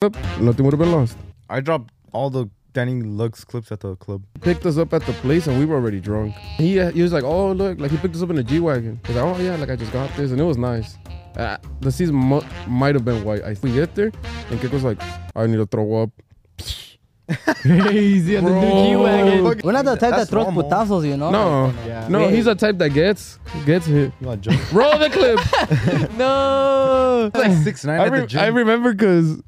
up. Nothing would have been lost. I dropped all the Danny Lux clips at the club. Picked us up at the place and we were already drunk. He he was like, oh look, like he picked us up in a G wagon. He's like, oh yeah, like I just got this and it was nice. Uh, the season mu- might have been white. I we get there and Kiko's like, I need to throw up. Crazy on the new Bro. G-Wagon. We're not the type That's that throws normal. putazos, you know? No, Oh, Yeah. no, Wait. he's the type that gets gets hit. You want to joke? Roll the clip. No. like six nine I, at the re- gym. I remember because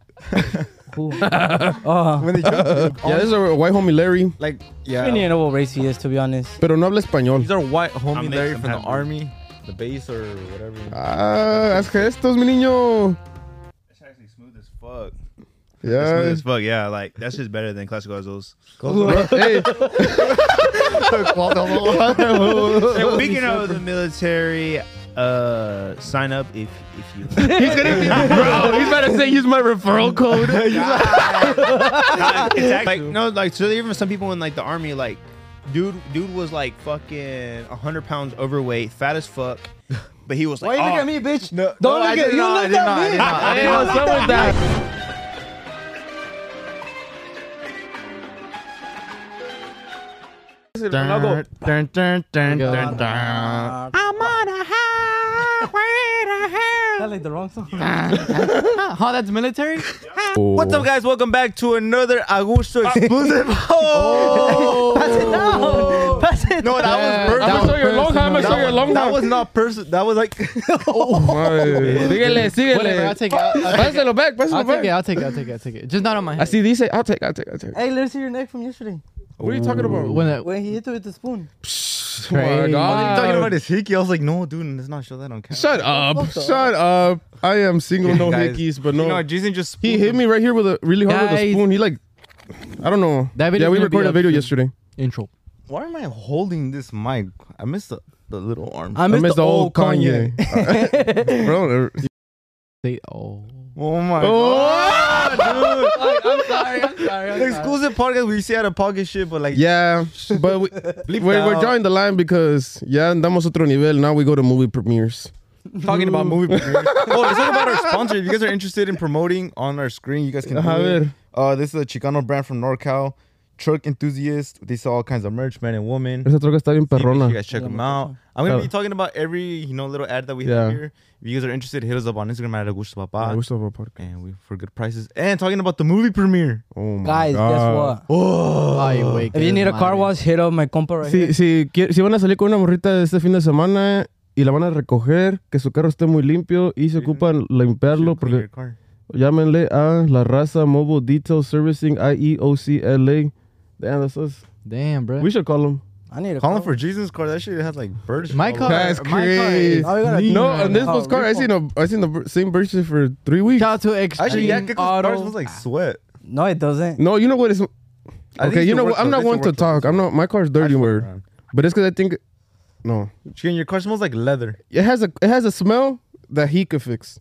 Cool. Oh. when they jump, yeah, this is a white homie Larry, like I don't yeah. even know what race he is, to be honest. pero no habla español. These are white homie I'm Larry mixed, from I'm the happy. army, the base or whatever. Ah, haz gestos, mi niño. It's actually smooth as fuck. Smooth Yeah. as fuck, yeah. Like that's just better than classical Azos. hey, Speaking of the military, uh, sign up if if you. Nah, he's gonna be bro. He's about to say use my referral code. it's act- like no, like so even some people in like the army, like dude, dude was like fucking hundred pounds overweight, fat as fuck, but he was Why like, you "Oh, look at me, bitch? No, Don't no, I look at did you. not, I looked did not, I at did me. not, I did Hey, what's up with that? Dun, dun, dun, dun, dun, dun. I'm on a highway to hell. That like the wrong song. Ah, Huh, that's military? What's up, guys? Welcome back to another Augusto exclusive. oh, Pass it down. Pass it. no, that was I'm perfect. gonna show you a long time. I'm gonna show you a That, long was, that time. was not person. That was like Madre. Síguele, Whatever, I'll síguele. take it. I'll, I'll take it. Pásalo back, I'll pásalo take it. back. I'll take it. I'll take it. I'll take it. Just not on my head. Así dice, I'll take, I'll take, I'll take. Hey, let's see your neck from yesterday. What are you talking about? When it, When he hit it with the spoon. Oh my God. talking about his hickey. I was like, no, dude, let's not show that on camera. Shut up. Shut up. I am single, no Guys, hickeys, but no. You know, Jason just He hit me right here with a really hard with a Guys. spoon. He like, I don't know. That yeah, video's we gonna be recorded a up video soon. yesterday. intro. Why am I holding this mic? I missed the, the little arm. I I missed the old Kanye. Bro, uh, They, oh. oh my Oh! god, dude! I'm sorry. I'm sorry. The exclusive podcast we see out of pocket shit, but like yeah, but we, bleep we're, that we're out. drawing the line because yeah, andamos otro nivel. Now we go to movie premieres. talking about movie. premieres. oh, let's talk about our sponsor. If you guys are interested in promoting on our screen, you guys can. do A it. ver. Uh, this is a Chicano brand from NorCal. Truck enthusiast. They sell all kinds of merch, men and women. Esa troca está bien Make sure You perrona. guys check them out. I'm gonna Yeah. be talking about every you know little ad that we Yeah. have here. If you guys are interested, hit us up on Instagram at Augusto I Papa. wish I were a park. and we for good prices. And talking about the movie premiere. Oh my Guys, God. guess what? Ay, güey, If you qué need a car madre. wash, hit up my compa right Si, here. si, quier- si van a salir con una morrita este fin de semana y la van a recoger, que su carro esté muy limpio y se ocupan limpiarlo Clean porque your car. llámenle a La Raza Mobile Detail Servicing E IEOC LA. Damn, that's us. Damn, bro. We should call them. I need a Calling car for Jesus car. That shit had like birds. My car. That's my car crazy. is Oh, we got a lean No, right and this now. was car. I seen a, I seen the ver- same version for three weeks. Shout out to Extreme Actually, yeah, Kiko's car Auto. smells like sweat. No, it doesn't. No, you know what is? I think Okay, it's you the know work what? I'm clothes. not It's the one to work clothes. talk. I'm not. My car's dirty fuck word, around. but it's because I think. No, Chicken, your car smells like leather. it has a it has a smell that he could fix.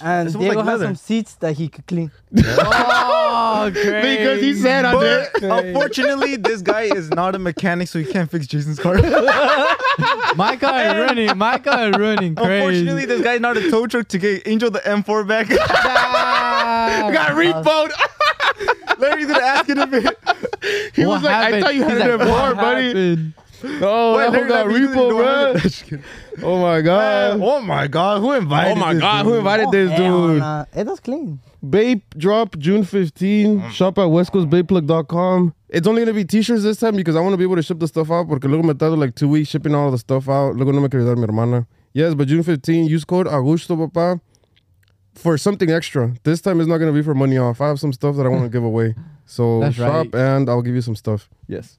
And It smells Diego like has leather. some seats that he could clean. Oh, crazy. Because he said I did. Oh, But unfortunately, this guy is not a mechanic, so he can't fix Jason's car. My car is running. My car is running. Crazy. unfortunately, this guy's not a tow truck to get Angel the M4 back. got repoed. Larry's gonna ask it if it. He was like, I thought you had it before, buddy. Oh, Wait, that whole Larry, got let me do the door. repo, Just kidding. bro. Oh my god. oh my god, who invited? Oh my this god, dude? who invited this Hell dude? nah. It does eh, clean. Bape drop June 15. Shop at westcoastbapeplug.com. It's only gonna be t-shirts this time because I want to be able to ship the stuff out porque luego me tardo like two weeks shipping all the stuff out. Luego no me quiero dar mi hermana. Yes, but June 15, use code Augusto Papa for something extra. This time it's not gonna be for money off. I have some stuff that I want to give away. So That's shop right. and I'll give you some stuff. Yes.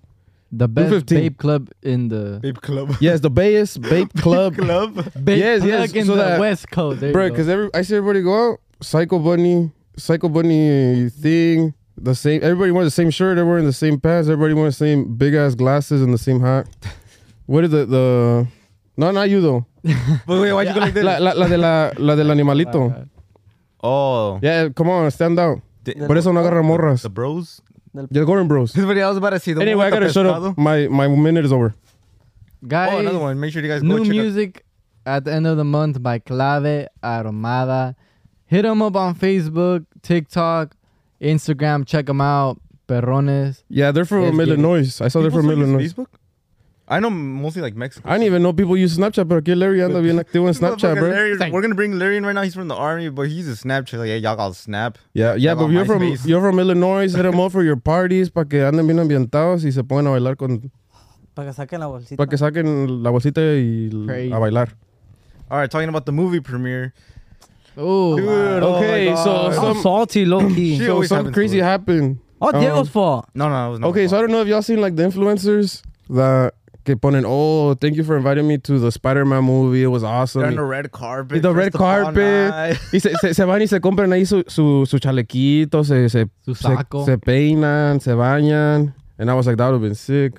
The best 215. babe club in the Babe Club. Yes, the Bayes Bape Club. Club. babe Yes, plug yes, in so the that- West Coast, there you bro. go. Because every I see everybody go out, Psycho Bunny, Psycho Bunny thing, the same. Everybody wearing the same shirt. Everybody wearing the same pants. Everybody wearing the same big ass glasses and the same hat. What is the the? No, not you though. But wait, why'd you go like this? La, la, la de la la del animalito. oh. Yeah, come on, stand out. The, Por eso no agarra morras. the bros? The Gordon Bros. This is what I was about to see. The one Anyway, I with the gotta shut pescado. up. My my minute is over. guys, Oh, another one. Make sure you guys go new check music at the end of the month by Clave Armada. Hit them up on Facebook, TikTok, Instagram. Check them out. Perrones. Yeah, they're from Yes, Illinois. I saw they're People from still use Illinois. Facebook? I know mostly like Mexico. I didn't even know people use Snapchat, pero que Larry anda bien activo en Snapchat, bro. Larry, Thank- we're gonna bring Larry in right now. He's from the army, but he uses Snapchat. Like, yeah, y'all got Snap. Yeah, yeah, Yeah, but on you're from MySpace. you're from Illinois. Hit them up for your parties para que anden bien ambientados y se pongan a bailar con Para que saquen la bolsita. para que saquen la bolsita y l- Crazy. a bailar. All right, talking about the movie premiere. Dude, Oh, oh my okay, God. so I'm some salty, low Shit. key. It so always something happens to crazy us. happened. Oh, Diego's Um, fault. no, no, it was not Okay, my so I fault. don't know if y'all seen like the influencers that que ponen, oh, thank you for inviting me to the Spider-Man movie. It was They're on awesome. the red carpet. The red first of all, carpet. nice. Y se, se, se van y se compran ahí su, su, su chalequito, se, se, Su se, saco. se peinan, se bañan. And I was like, that would have been sick.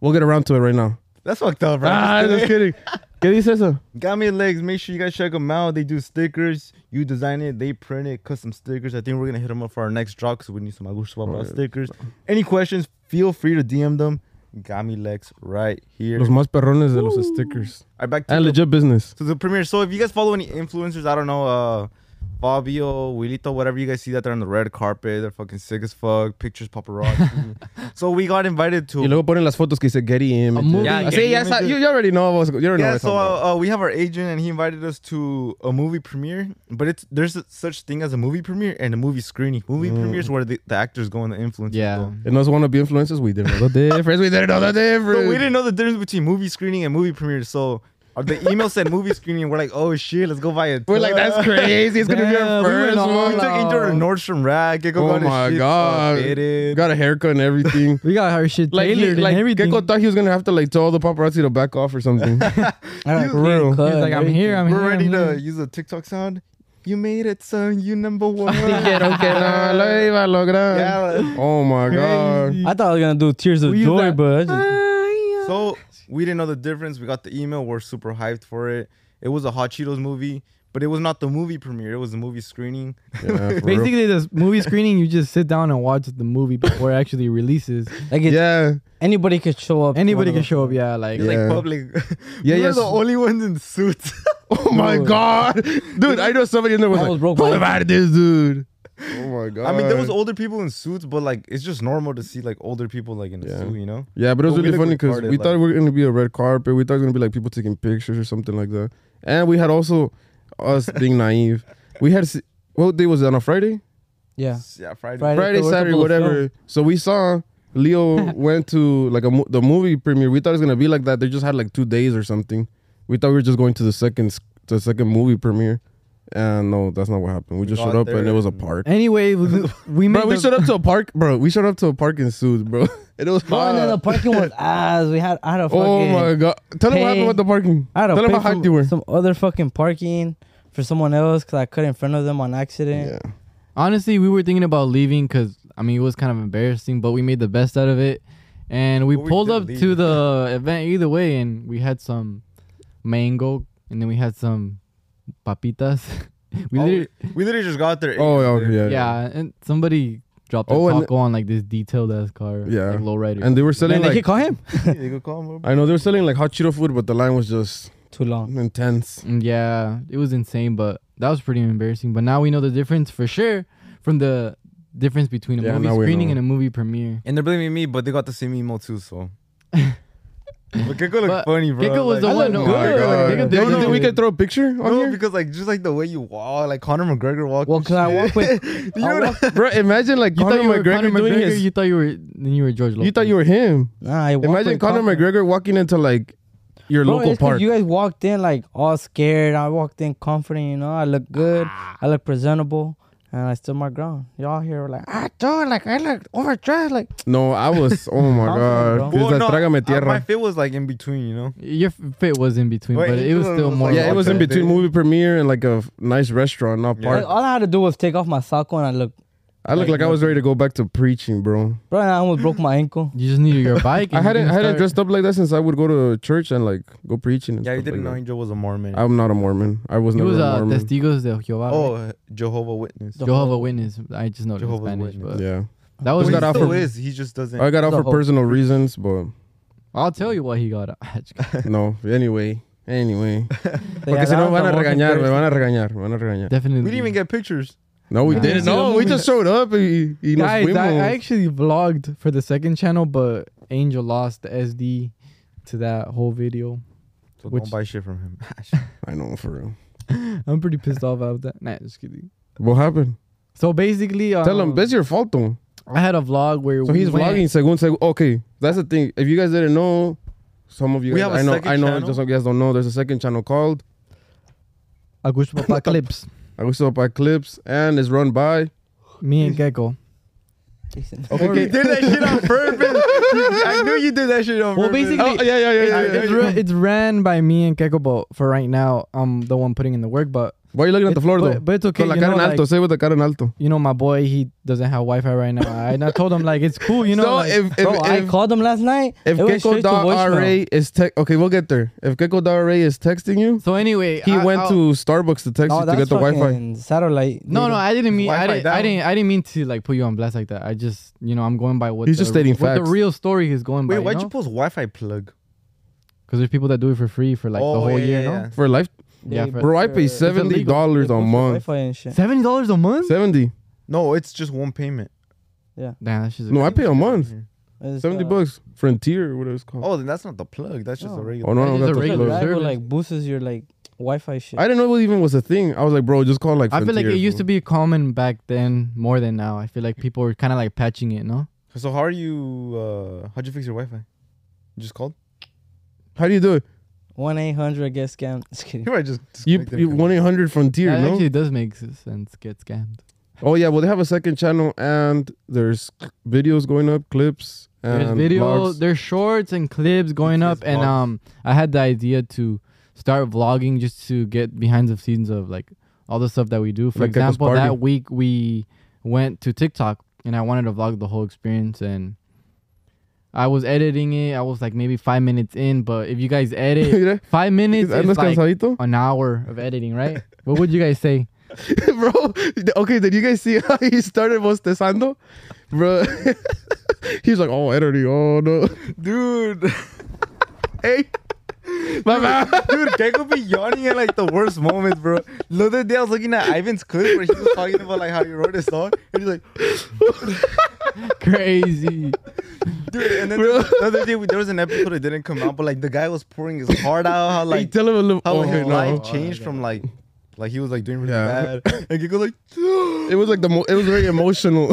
We'll get around to it right now. That's fucked up, bro. Ah, just kidding. ¿Qué dice eso? Got me legs. Make sure you guys check them out. They do stickers. You design it. They print it. Custom stickers. I think we're gonna hit them up for our next draw because we need some Agus Swap stickers. Any questions? Feel free to DM them. Got me legs right here. Los All más perrones de los stickers. right, back to And the Uh. Ah, legit business. So the premiere. So if you guys follow any influencers, I don't know, uh, Fabio, Wilito, whatever you guys see that they're on the red carpet, they're fucking sick as fuck, pictures paparazzi. so we got invited Y to. luego ponen las fotos que dice Getty Images. movie. Yeah, Yeah, sí, Getty ya sa- Images. you, you already know what was, you already know what Yeah, I'm so talking about. uh, uh, we have our agent, and he invited us to a movie premiere. But it's there's a- such thing as a movie premiere and a movie screening. Movie Mm. premieres where the, the actors go and the influencers Yeah. go. And those want to be influencers, we didn't know the difference. We didn't know the difference. So we didn't know the difference between movie screening and movie premiere. So uh, the email said movie screening. We're like, oh shit, let's go buy it. We're like, that's crazy. It's going to be our Damn, we went first all one. We took Angel to Nordstrom Rack. Gecko Oh got his my shit God. updated. Got a haircut and everything. we got our shit Like, he, tailored like and everything. Gecko thought he was gonna have to like tell all the paparazzi to back off or something. Alright, For real. cut, He's like, I'm wait. here. I'm We're here. ready I'm here. to use a TikTok sound. You made it, son. You number one. Dijeron que no lo iba a lograr. Yeah. Oh my god. I thought I was gonna do tears of We use joy, that- but I just, So we didn't know the difference. We got the email. We're super hyped for it. It was a Hot Cheetos movie, but it was not the movie premiere. It was a movie screening. Yeah, for real. Basically, this movie screening, you just sit down and watch the movie before it actually releases. like it's, yeah. anybody could show up. to Anybody one can of show up, yeah. Like, It's Yeah. like public. Yeah, we yeah, were the so- only ones in suits. Oh my god, dude! I know somebody in there was I like, was broke "What by- about this dude?" Oh my god. I mean, there was older people in suits, but like it's just normal to see like older people like in a Yeah. suit, you know? Yeah, but it was But we really look funny because retarded, we thought like- we were gonna be a red carpet. We thought it was gonna be like people taking pictures or something like that. And we had also us being naive. We had se- what day was it on a Friday? Yeah. Yeah, Friday. Friday. Friday, They wake up Saturday, on the whatever. So we saw Leo went to like a mo- the movie premiere. We thought it was gonna be like that. They just had like two days or something. We thought we were just going to the second s- to the second movie premiere, and no, that's not what happened. We just got showed up and there it was a and- park. anyway, we we made Bro, we the- showed up to a park, bro. We showed up to a park in suits, bro. It was Bro, and then the hot. parking was ass. We had I had a fucking Oh my god! Tell them what Hey. happened with the parking. I had Tell to them pay how hyped you for were. some other fucking parking for someone else because I cut in front of them on accident. Yeah. honestly, we were thinking about leaving because I mean it was kind of embarrassing, but we made the best out of it, and we But we pulled did up to leave. the event either way, and we had some mango, and then we had some papitas. we Oh, literally, we literally just got there. Oh yeah, okay, yeah, yeah, yeah. and somebody dropped a Oh, and- taco on like this detailed ass car, Yeah. like lowrider, And they were Man, selling they like could call him. You could call him, bro. I know they were selling like hot Cheeto food, but the line was just Too long. intense. Mm, Yeah, it was insane, but that was pretty embarrassing. But now we know the difference for sure from the difference between a Yeah, now movie we screening know. and a movie premiere. And they're blaming me, but they got the same email too, so. but Gecko looked But funny, bro. Gecko was the Like- one who- Oh No, my good. God. They could- You they don't think could- we could throw a picture on No, here? because like just like the way you walk, like Conor McGregor walked. Well, cause I walk with you I know what I- Bro, imagine like You Conor thought you were McGregor Conor doing McGregor. his. you thought you were then you were George Lopez. You thought you were him. nah, I walk Imagine with Conor McGregor walking into like your Bro, local it's 'cause park. You guys walked in like all scared. I walked in confident. You know, I look good. Ah. I look presentable, and I stood my ground. Y'all here were like, I don't like. I look overdressed. Like No, I was. Oh my Confident, god. bro. It's Well, like, no, Trágame I- my tierra. fit was like in between, you know. your f- fit was in between, Wait, but it was it still was more. like- Yeah, it was in Okay. between movie premiere and like a f- nice restaurant, not Yeah. park. like, all I had to do was take off my sock and I look. I looked like I was ready to go back to preaching, bro. Bro, and I almost broke my ankle. You just needed your bike. I and you hadn't can I hadn't start- dressed up like that since I would go to church and like go preaching. And Yeah, you stuff didn't know like Angel was a Mormon. that. I'm not a Mormon. I was He never was a uh, Mormon. testigos de Jehovah. oh, Oh, uh, Jehovah Witness. The Jehovah whole- Witness. I just know it in Jehovah's Spanish, Witness. but yeah, that Well, was. Just he got out still for- is. He just doesn't. I got out The for whole- personal reasons, but I'll tell you what he got. out. no. Anyway, anyway, They porque si no me van a agarraron the walking regañar, me person. van a regañar, me van a regañar. Definitely. we didn't even get pictures. No, we Nah. didn't. See the No, we movie. just showed up. Y, y nos Guys, I, I fuimos. actually vlogged for the second channel, but Angel lost the SD to that whole video. So Which- don't buy shit from him. I know for real. I'm pretty pissed off about that. Nah, just kidding. What happened? So basically, um, Tell him that's your fault, though. I had a vlog where So we he's went- vlogging segun segun. Okay, that's the thing. If you guys didn't know, some of you We guys, have a I know, second I know, channel? just so you guys don't know, there's a second channel called Augusto Papa clips. Augusto by Clips, and it's run by. Me and Gecko. Okay, You did that shit on purpose. I knew you did that shit on Well, purpose. basically, Oh, yeah, yeah, yeah, yeah. it's, yeah, it's, yeah. ru- it's ran by me and Gecko, but for right now, I'm the one putting in the work. But Why are you looking at the it- floor though? but, but it's okay. Con la you, cara know, en like, alto. Say with the cara en alto. you know, my boy, he doesn't have Wi-Fi right now, and I told him like it's cool. You know, so like, if if Bro, I if, called him last night. if it went straight to voicemail. Gecko.ra is tech, okay, we'll get there. If Gecko.ra is texting you, so anyway, he I- went I'll- to Starbucks to text No, you to that's get the Wi-Fi. fucking satellite. No, dude. no, I didn't mean I Wi-Fi didn't, I down. didn't I didn't mean to like put you on blast like that. I just you know I'm going by what He's the, just stating what facts. the real story is going wait, by. why'd you post Wi-Fi plug? Because there's people that do it for free for like the Oh, whole yeah, year. yeah, no? yeah. For life, Yeah, They for- bro, I put pay your- seventy illegal. dollars they a put your month. Wi-Fi and shit. Seventy dollars a month? Seventy? No, it's just one payment. Damn, that's just No, I pay a month. It's, Seventy uh, bucks. Frontier, or whatever it's called. Oh, then that's not the plug. That's just No. a regular. Oh no, no, It's that's a the regular plug. That service. will, like boosts your like Wi-Fi shit. I didn't know it even was a thing. I was like, bro, just call like. I feel like it Frontier, used to fool. be common back then more than now. I feel like people were kind of like patching it, no? So how are you? Uh, how'd you fix your Wi-Fi? You just called. How do you do it? One eight hundred get scammed. Just kidding. You might just You disconnect it from- one eight hundred Frontier, That no? actually does make s- sense. Get scammed. oh yeah, well they have a second channel and there's c- videos going up, clips and There's video, vlogs. there's shorts and clips going There's up, and vlogs. um, I had the idea to start vlogging just to get behind the scenes of like all the stuff that we do. For Like Gecko's example, party. that week we went to TikTok, and I wanted to vlog the whole experience, and I was editing it. I was like maybe five minutes in, but if you guys edit Mira, five minutes, andas it's like cansadito, an hour of editing, right? what would you guys say? bro. Okay, did you guys see how he started bostezando, bro? He's like, oh, editing, oh no, dude. hey, my bad. Dude, Gecko be yawning at like the worst moments, bro. The other day I was looking at Ivan's clip where he was talking about like how he wrote a song, and he's like, Crazy. dude. And then Bro. the other day we, there was an episode that didn't come out, but like the guy was pouring his heart out, how Like, like tell him a little. how like, Oh, okay, his life Oh, no, changed from like, like he was like doing really Yeah. bad, and Gecko like, dude, it was like the mo- it was very emotional.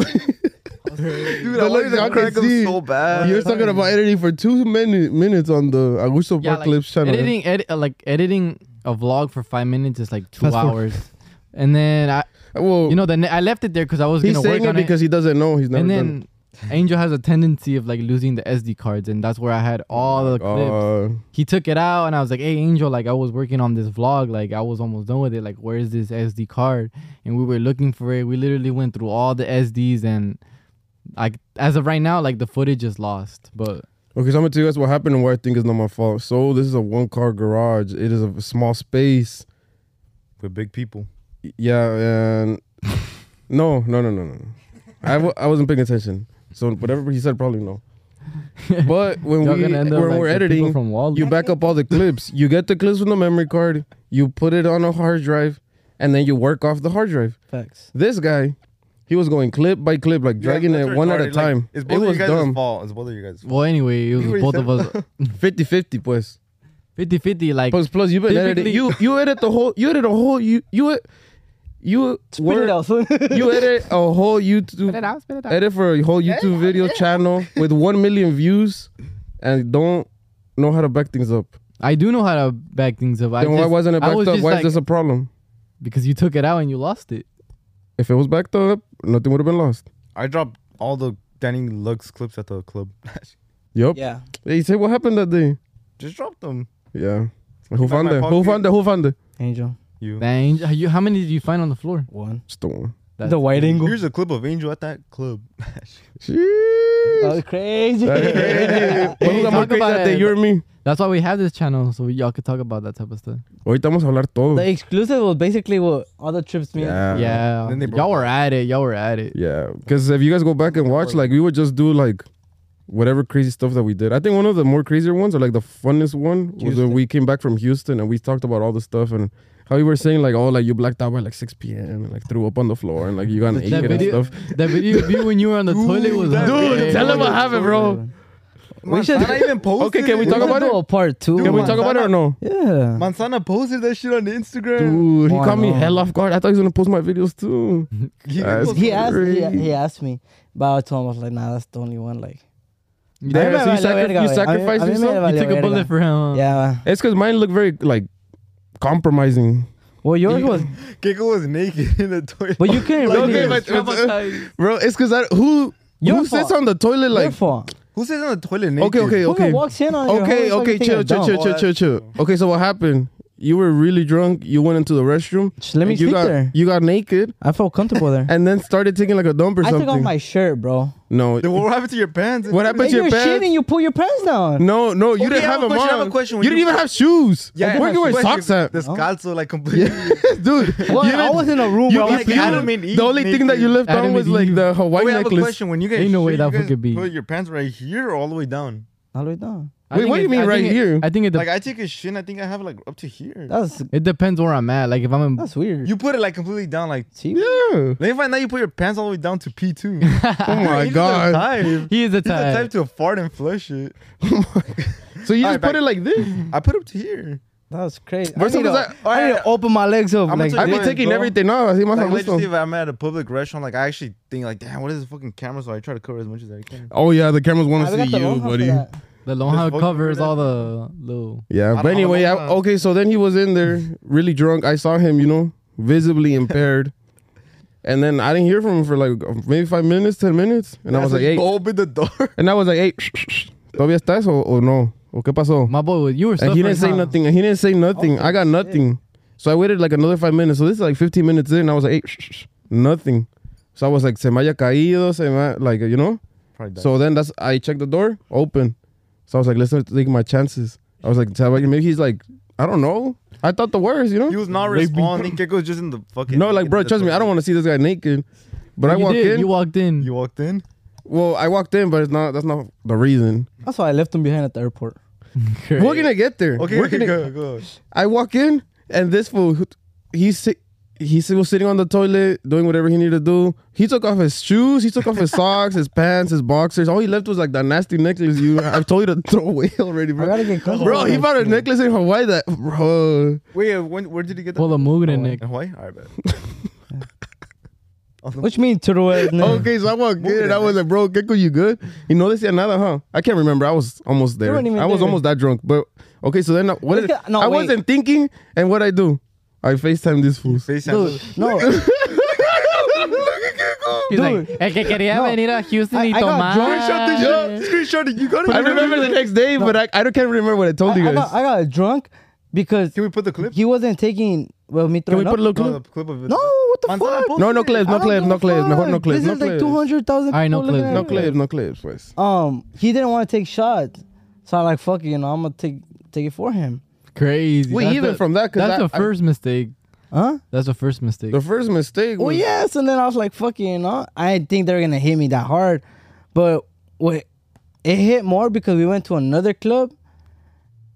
I look, wanted I can to crack see- him so bad. You're talking about editing for two minute, minutes on the Augusto Yeah, Park Clips channel. Editing, edit, uh, like editing a vlog for five minutes is like two Fast forward. hours, and then I, Well, you know, then I left it there because I was Oh. he's gonna work saying it on it, because he doesn't know. He's never and done. then Angel has a tendency of like losing the SD cards, and that's where I had all the clips. Uh, He took it out, and I was like, "Hey, Angel, like I was working on this vlog, like I was almost done with it. Like, where is this SD card?" And we were looking for it. We literally went through all the SDs, and like as of right now, like the footage is lost, but. okay, so I'm gonna tell you guys what happened and why I think it's not my fault. So this is a one car garage. It is a small space. We're big people. Yeah, and no, no, no, no, no. I w- I wasn't paying attention. So whatever he said, probably no. But when Y'all we gonna end up when like we're the people editing, from Wall- you back up all the clips. You get the clips from the memory card. You put it on a hard drive, and then you work off the hard drive. Facts. This guy, he was going clip by clip, like dragging Yeah, it that's one at a retarded. Like, time. it's it both of was you guys' dumb. fault. It's both of you guys' fault. Well, anyway, it was already both of us 50-50, pues. 50-50, Like, Plus, plus, you've been editing. Typically- You you edit the whole. You edit a whole. You you you Spit it were- out, son. you edit a whole YouTube edit for a whole YouTube video channel with one million views, and don't know how to back things up. I do know how to back things up. I Then why just- wasn't it I backed was up? just Why like- is this a problem? Because you took it out and you lost it. If it was backed up, nothing would have been lost. I dropped all the Danny Lux clips at the club. Yup. Yeah. They say what happened that day. Just dropped them. Yeah. Who Back found my it? Who pocket. found it? Who found it? Angel. You. Dang, how you- how many did you find on the floor? One. Just the one. the white angle. Here's a clip of Angel at that club. That Sheesh. was crazy. That's crazy. Hey, Well, talk I'm crazy about that day, it. you and me. That's why we have this channel, so y'all could talk about that type of stuff. Ahorita vamos a hablar todo. the exclusive was basically what all the trips me. and- Yeah. yeah, then they broke y'all were at it. Y'all were at it. Yeah. Because if you guys go back and watch, like, we would just do, like, whatever crazy stuff that we did. I think one of the more crazier ones, or like the funnest one, was when Houston. we came back from Houston and we talked about all the stuff and how you were saying like, oh, like you blacked out by like 6 p.m. and like threw up on the floor and like you got an ache That and video, stuff. that video of you when you were on the toilet was that- hilarious. Dude, tell him what happened, bro. We should- Manzana even posted Okay, can we it. talk We're about gonna do it? a part two. Can we man. talk about it or no? Yeah. Manzana posted that shit on the Instagram. Dude, he Why caught me not? hell off guard. I thought he was gonna post my videos too. He That's posted- He asked. He, Great. he asked me, but I told him I was like, "Nah, that's the only one." Like, Damn, me so you, valió sacri- verga, you güey. A mí- sacrificed a mí me yourself? valió You took a verga. bullet for him. Yeah. man. It's because mine looked very like compromising. Well, yours was, Keiko was naked in the toilet. but you couldn't Okay, really. but- Traumatized. Bro, it's because I who Your who sits fault. on the toilet Your like fault. Who sits on the toilet naked? okay, okay, Whoever okay, walks in on your okay, home, okay, it's like chill, you think chill, you're chill, dumb. chill, chill, chill. Okay, so what happened? You were really drunk. You went into the restroom. Just let me and you sleep got there. you got naked I felt comfortable there. and then started taking like a dump or I something. took off my shirt, bro. no, Then what happened to your pants? what happened But to you're your shitting. pants? You pull your pants down. No, no, you Okay, didn't I have have a them question, I have a on. question. You When didn't you- even have shoes. Yeah, where you wear Wait, socks at? Descalzo, like completely. dude. Well, you I didn't- was in a room. you- I was you- like Adam and Eve the only thing that you left Adam on was and like Eve. the Hawaii Wait, I have a necklace. question. When you guys Ain't no way shit, that you guys fucking be. Put your pants right here or all the way down. all the way down. I Wait, think what do you it- mean I right think it- here? I think it, de- Like I take a shit, and I think I have like up to here. That's it depends where I'm at. Like if I'm in, that's weird. You put it like completely down, like. See? Yeah. Let me find out you put your pants all the way down to P two. oh Oh my god. Type. he is a He's the type. type to fart and flush it. So you All just right, put it like this. I put up to here. That was crazy. I First need, of to, all, is that- I need to open my legs up. I'm like, gonna I've been Yeah, taking bro. everything off. Así más a Like, let's gusto. just say if I'm at a public restaurant, like I actually think like, damn, what is this fucking camera? So I try to cover as much as I can. Oh yeah, the cameras want I to see got the you, long buddy. for that. The Lonja fucking covers weird all the little. Yeah, I but don't- I anyway, don't I, know. okay. So then he was in there, really drunk. I saw him, you know, visibly impaired. And then I didn't hear from him for like maybe five minutes, ten minutes, and I was like, "Hey," open the door. and I was like, "Hey, todavía estás o, o no? ¿O qué pasó?" My boy, was- you were. And he didn't say suffering, huh? nothing. And he didn't say Oh, nothing. I got nothing. So I waited like another five minutes. So this is like 15 minutes in. I was like, hey, shh, shh, shh." nothing. So I was like, se me haya caído, se me ha-" like, you know? So then that's, I checked the door, open. So I was like, let's not take my chances. I was like, "Se va-" maybe he's like, I don't know. I thought the worst, you he know? was not responding. Keiko's just in the fucking. No, like, bro, trust me, I don't want to see this guy naked. But I you walked did. in. You walked in. You walked in. well, I walked in, but it's not. That's not the reason. That's why I left them behind at the airport. We're gonna get there. Okay, We're okay, gonna- go, go. I walk in and this fool, he's si- he si- was sitting on the toilet doing whatever he needed to do. He took off his shoes, he took off his socks, his pants, his boxers. All he left was like that nasty necklace. You, I've told you to throw away already, I bro. gotta get comfortable. Bro, he with found a this shit. necklace in Hawaii that, bro. Wait, uh, when, where did he get that? Pull a Oh, mugre, Nick. In Hawaii? All right, bet. On the- Which means to the way. Okay. Okay, so I walked in and I that was like, bro, Gecko, you good? You know this another, huh? I can't remember. I was almost there. weren't even I was there. almost that drunk, but okay. So then, uh, what? Look Did, at- no, I wait. wasn't thinking, and what I do? I Facetime these fools. FaceTime. Dude, no, He's Dude. like, el que quería No. venir a Houston y I- I got tomar. drunk. Shut Yo, Screenshot it. You got it. I remember the next day, but I, I don't can't remember what I I, told I, you guys. got, I got drunk because Can we put the clip? he wasn't taking. Well, me Can we throwing put a up. little No, clip? the clip of it. No, what the Montana fuck? posted No, no it. clips, I no don't clips, give no a clips, mejor fuck. no clips, This no is like clips. two hundred thousand. All right, no clips, No clips, no clips, pues. Um, he didn't want to take shots, so I like fuck it, you know. I'm gonna take take it for him. Crazy. Wait, That's even the- from that, 'cause That's I- the I- first mistake. Huh? That's the first mistake. The first mistake Well, was yes. And then I was like, fuck it, you know. I didn't think they were gonna hit me that hard, but what it hit more because we went to another club.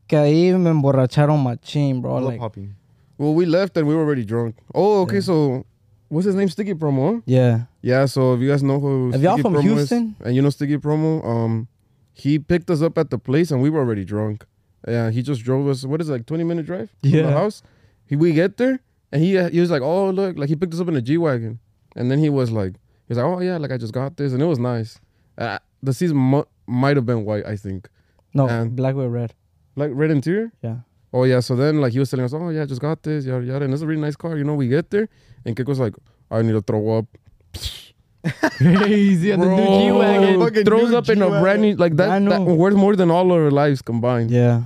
Que ahí me emborracharon machín, bro. All Like, popping. well, we left and we were already drunk. Oh, okay, so what's his name? Sticky Promo. huh? yeah. Yeah, so if you guys know who If y'all Sticky from Promo is, Houston? and you know Sticky Promo, um, he picked us up at the place and we were already drunk. Yeah, he just drove us. What is it, like twenty minute drive from the Yeah. house? He, we get there and he he was like, oh look, like he picked us up in a G wagon, and then he was like, he was like, oh yeah, like I just got this, and it was nice. Uh, the season mu- might have been white, I think, No, And- black with red. like red interior. Yeah. Oh yeah, so then like he was telling us, oh yeah, I just got this, yada yada, and it's a really nice car. You know, we get there and Kiko's like, I need to throw up. Crazy. on The new Bro, G-Wagon. Fucking throws new up in a G-Wagon. brand new like I that, that know. worth more than all our lives combined. Yeah.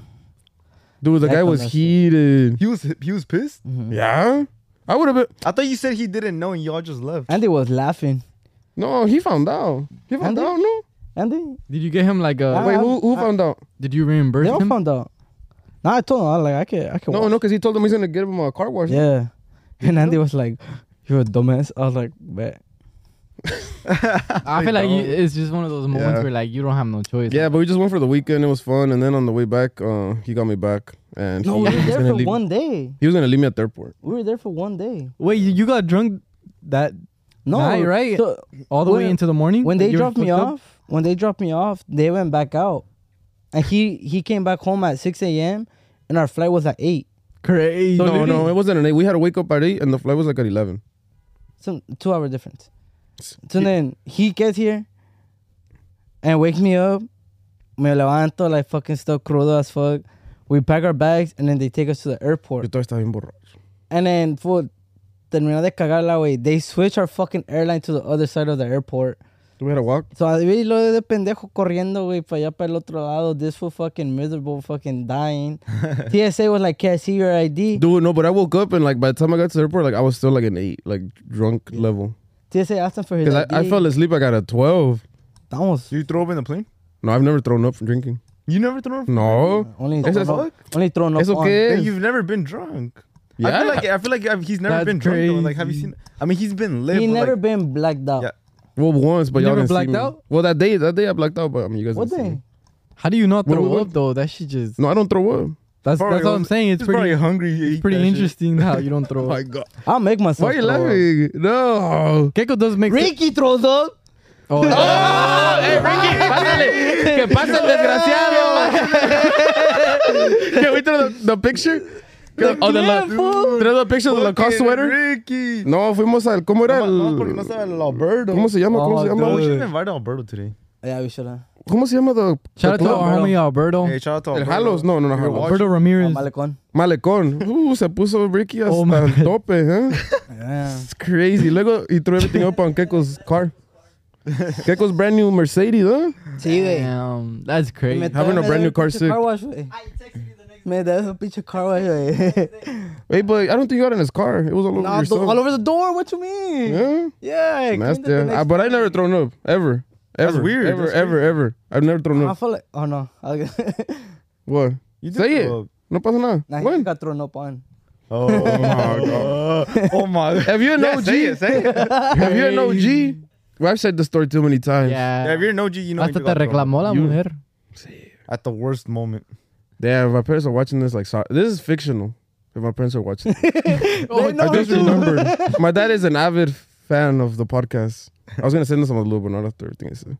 Dude, the That guy was combustion. heated. He was he was pissed. Mm-hmm. Yeah. I would have been I thought you said he didn't know and y'all just left. Andy was laughing. no, he found out. He found Andy? out, no? Andy, Did you get him like a? I- Wait, I- who who found out? did you they reimburse all him? found out. No, I told him. I was like, I can, I can. No, walk. no, because he told him he's gonna give him a car wash. Yeah. And Andy was like, You're a dumbass. I was like, Bet. I feel like you, it's just one of those moments Yeah. where like you don't have no choice. Yeah, but we just went for the weekend. It was fun. And then on the way back, uh, he got me back, and No, we he, were he was there gonna for leave, one day. He was gonna leave me at the airport. We were there for one day. Wait, you, you got drunk that No, Night, right? so all the way When- into the morning when they You were dropped me fucked up? off, when they dropped me off, they went back out, and he he came back home at six a.m. and our flight was at eight. Crazy. no, no, it wasn't an eight. We had to wake up at eight, and the flight was like at eleven. Some two hour difference. So then he gets here and wakes me up. Me levanto like fucking still crudo as fuck. We pack our bags and then they take us to the Yo airport. todavía estaba bien borracho. And then for terminar de cagarla, way they switch our fucking airline to the other side of the airport. Do we had to walk? So I vi lo de pendejo corriendo, güey, para allá para el otro lado. This fool fucking miserable, fucking dying. TSA was like, can I see your ID? Dude, no, but I woke up and like by the time I got to the airport, like I was still like an eight, like drunk level. TSA asked him for his Because ID. I, I fell asleep. I got a twelve. That was Do you throw up in the plane? No, I've never thrown up from drinking. You never throw up. No, only Eso es- thrown up, only thrown up eso on. qué Then es? you've never been drunk. I Yeah. feel like I feel like I've, he's never That's been drunk. Though. Like, have you crazy. seen? I mean, he's been lit. He but, never Like, been blacked out. Yeah. Well, once, but You you all never didn't see blacked me. out? Well, that day, that day I blacked out, but I mean, you guys. What didn't see day? me. How do you not What- throw what- up though? That shit just No, I don't throw up. that's Probably that's what I'm was- saying. It's he's probably pretty hungry. he ate pretty that shit. interesting how you don't throw Oh up. my god! I'll make myself. Why are you throw up. laughing? No. Keiko does make sense. Ricky throws up. Oh, yeah. eh, ¿Qué pasa, desgraciado? Can we throw the, the picture? Oh, the la, throw the picture of the Lacoste Fucking sweater. Ricky. No, fuimos al cómo era No, no, porque no el estaba el Alberto. cómo se llama cómo se Oh, No, llama we should dude. have invited Alberto today. Yeah, we should have. cómo se llama the Shout out the to club? Army Alberto. Eh, Hey, shout out to el Alberto. Halos no no no Oh, You're Halos Alberto Oh, Ramirez. Malecon. Malecón uh, se puso Ricky hasta Oh, my el God. tope eh Yeah. it's crazy luego he threw everything up on Keko's car Keko's brand new Mercedes huh Sí, güey. Damn, that's crazy. Having a brand new car sick. Car wash, güey. Me da un pinche car wash, güey. Hey, but I don't think you got in his car. It was all over Nah, yourself. all over the door. What you mean? yeah, Yeah, I cleaned that's it the the. next I, but I day. never thrown up ever. Ever. That's weird. Ever, That's ever, ever. I've never thrown I up. feel like, oh no, I- What? You did Say it. throw up. No pasa nada. nah, he When? got thrown up on. Oh, my god. Oh my. Have you an Yeah, OG? say it, say it. Have you an OG? Well, I've said the story too many times. Yeah, Yeah. if you're an OG, you know. Hasta you te got thrown reclamó la You- mujer. up. At the worst moment. Damn, if my parents are watching this, like, sorry. This is fictional. If my parents are watching, Oh, I just remembered. My dad is an avid fan of the podcast. I was gonna send this on a little, but not after everything I said.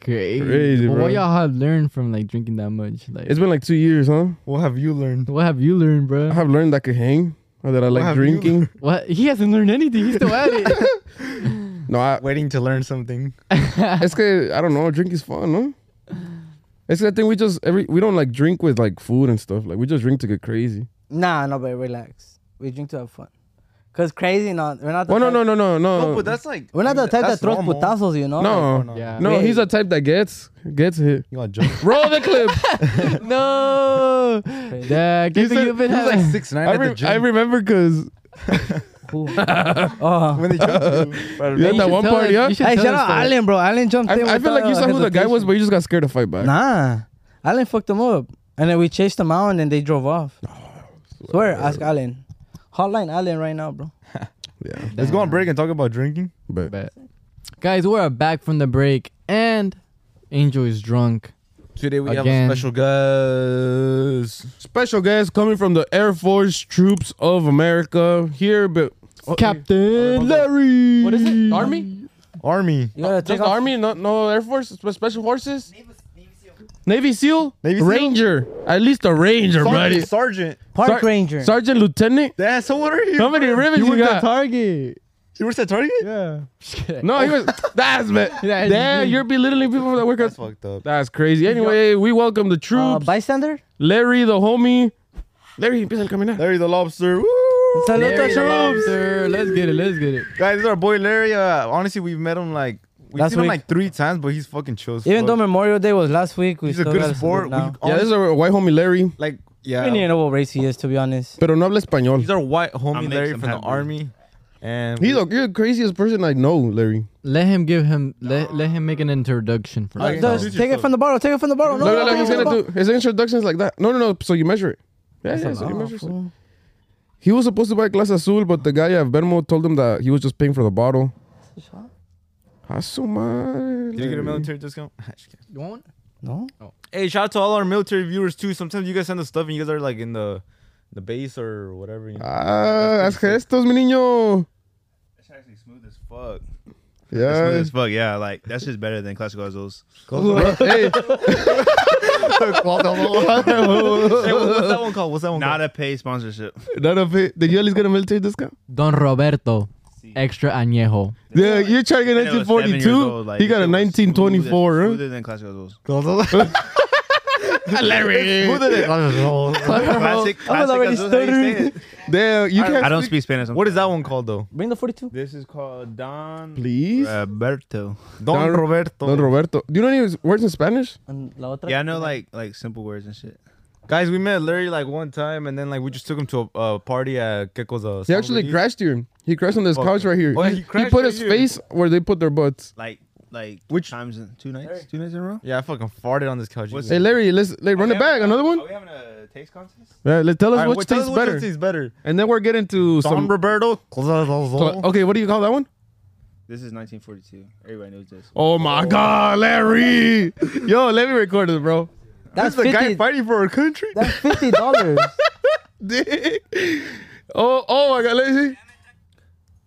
Crazy. Crazy, But bro. What y'all have learned from like drinking that much? Like, It's been like two years, huh? What have you learned? what have you learned, bro? I've learned I could hang, or that I like have you drinking. What he hasn't learned anything. He's still at it. No, I, Waiting to learn something. it's que I don't know. Drink is fun, no? It's that thing we just every we don't like drink with like food and stuff. Like we just drink to get crazy. Nah, no, but relax. We drink to have fun. Cause crazy, not we're not. The Oh no type, no no no no. No, but that's like. We're not the type that that's throws normal. putazos, you know. Like, Oh. no. Yeah. No, he's a type that gets gets hit. You got jump. Roll the clip. no. Yeah, You Keiko, said- you've been you having. Like six nine I, at the re- gym. I remember because cool. oh. when they jump you. you had But You that should one tell party, us- yeah. you should Hey, tell shout us out that. Allen, bro. Allen jumped in. I, I feel without like you saw who the guy was, hesitation. but you just got scared to fight back. Nah, Allen fucked him up, and then we chased him out, and then they drove off. Oh, Swear, ask Allen. Hotline Allen right now, bro. Yeah, Let's go on break and talk about drinking. but Bet. Guys, we're back from the break and Angel is drunk. Today we have a Again. special guest. special guest coming from the Air Force Troops of America here, but Captain Larry. What is it? Army? Army. You gotta take Just off- army, no, no air force, spe- special forces. Navy SEAL, Navy SEAL? Ranger, at least a Ranger, buddy. Sergeant. Sergeant. Park Sar- Ranger. Sergeant, Lieutenant. That's so what are you? How many ribbons you, got? Target. You were at Target? Yeah. no, he was. That's man. Yeah, Damn, you're belittling people that work That's at. fucked up. That's crazy. Anyway, we welcome the uh, troops. bystander. Larry, the homie. Larry, empieza el caminar. Larry the Lobster. Woo! Salute Larry to the troops. Lobster. Let's get it. Let's get it. Guys, this is our boy Larry. Uh, honestly, we've met him like we've Last seen him week. like three times, but he's fucking chill. as Even fuck. though Memorial Day was last week, we he's a still good gotta sport. salute We, Now. Yeah, this is honestly, our white homie Larry, like We need to yeah. know what race he is, to be honest. pero no habla español. He's our white I'll homie make Larry some from the happen. army, and He's the- you're the craziest person I know, Larry. Let him give him let, let him make an introduction for Okay. himself. Just take it from the bottle. Take it from the bottle. No, look, no, look, look, he's take it gonna from the do his introductions like that. No, no, no. So you measure it. Yeah, yeah. So you bottle. measure it. Fool. He was supposed to buy Glass Azul, but the guy at Venmo told him that he was just paying for the bottle. Hasu mal. Did you get a military discount? Just kidding. You want? No. hey, shout out to all our military viewers too. Sometimes you guys send us stuff and you guys are like in the the base or whatever. You know? Ah, haz gestos, mi niño. It's actually smooth as fuck. Smooth Yeah. as fuck. Yeah, like that's just better than classical Azul's. Hey, Hey, what- what's that one called? What's that one Not a pay sponsorship. none of it. Did you at least get a military discount? Don Roberto, extra añejo. Yeah, you're trying to get And it was seven years 1942. old, like, he got a it was smoother- 1924. Smoother than classical Azul's. called? Classic, classic already Azul's, how you say it. Damn, you can't. I don't speak Spanish. I'm what is sorry. that one called though? Bring the 42. This is called Don Please, Roberto. Don, Don- Roberto. Don Roberto. Do you know any words in Spanish? And la otra. Yeah, I know like like simple words and shit. Guys, we met Larry like one time, and then like we just took him to a, a party at Gecko's. Uh, He actually crashed here. He crashed on this Fuck. couch right here. Oh, yeah, he, he he crashed put right his here. face where they put their butts. Like like Which- times in two nights? Two nights in a row? Yeah, I fucking farted on this couch. What's Hey Larry, let's let Oh, run it back. Another uh, one. Are we having a taste contest? Yeah, let tell us Alright, which what- tell us tastes better, Which tastes better? and then we're getting to Don some. Roberto. Don Okay, what do you call that one? This is 1942. Everybody knows this. Oh my God, Larry! Yo, let me record this, bro. That's the guy 50. fighting for our country. That's fifty dollars. Dick. Oh, oh my God, let me see.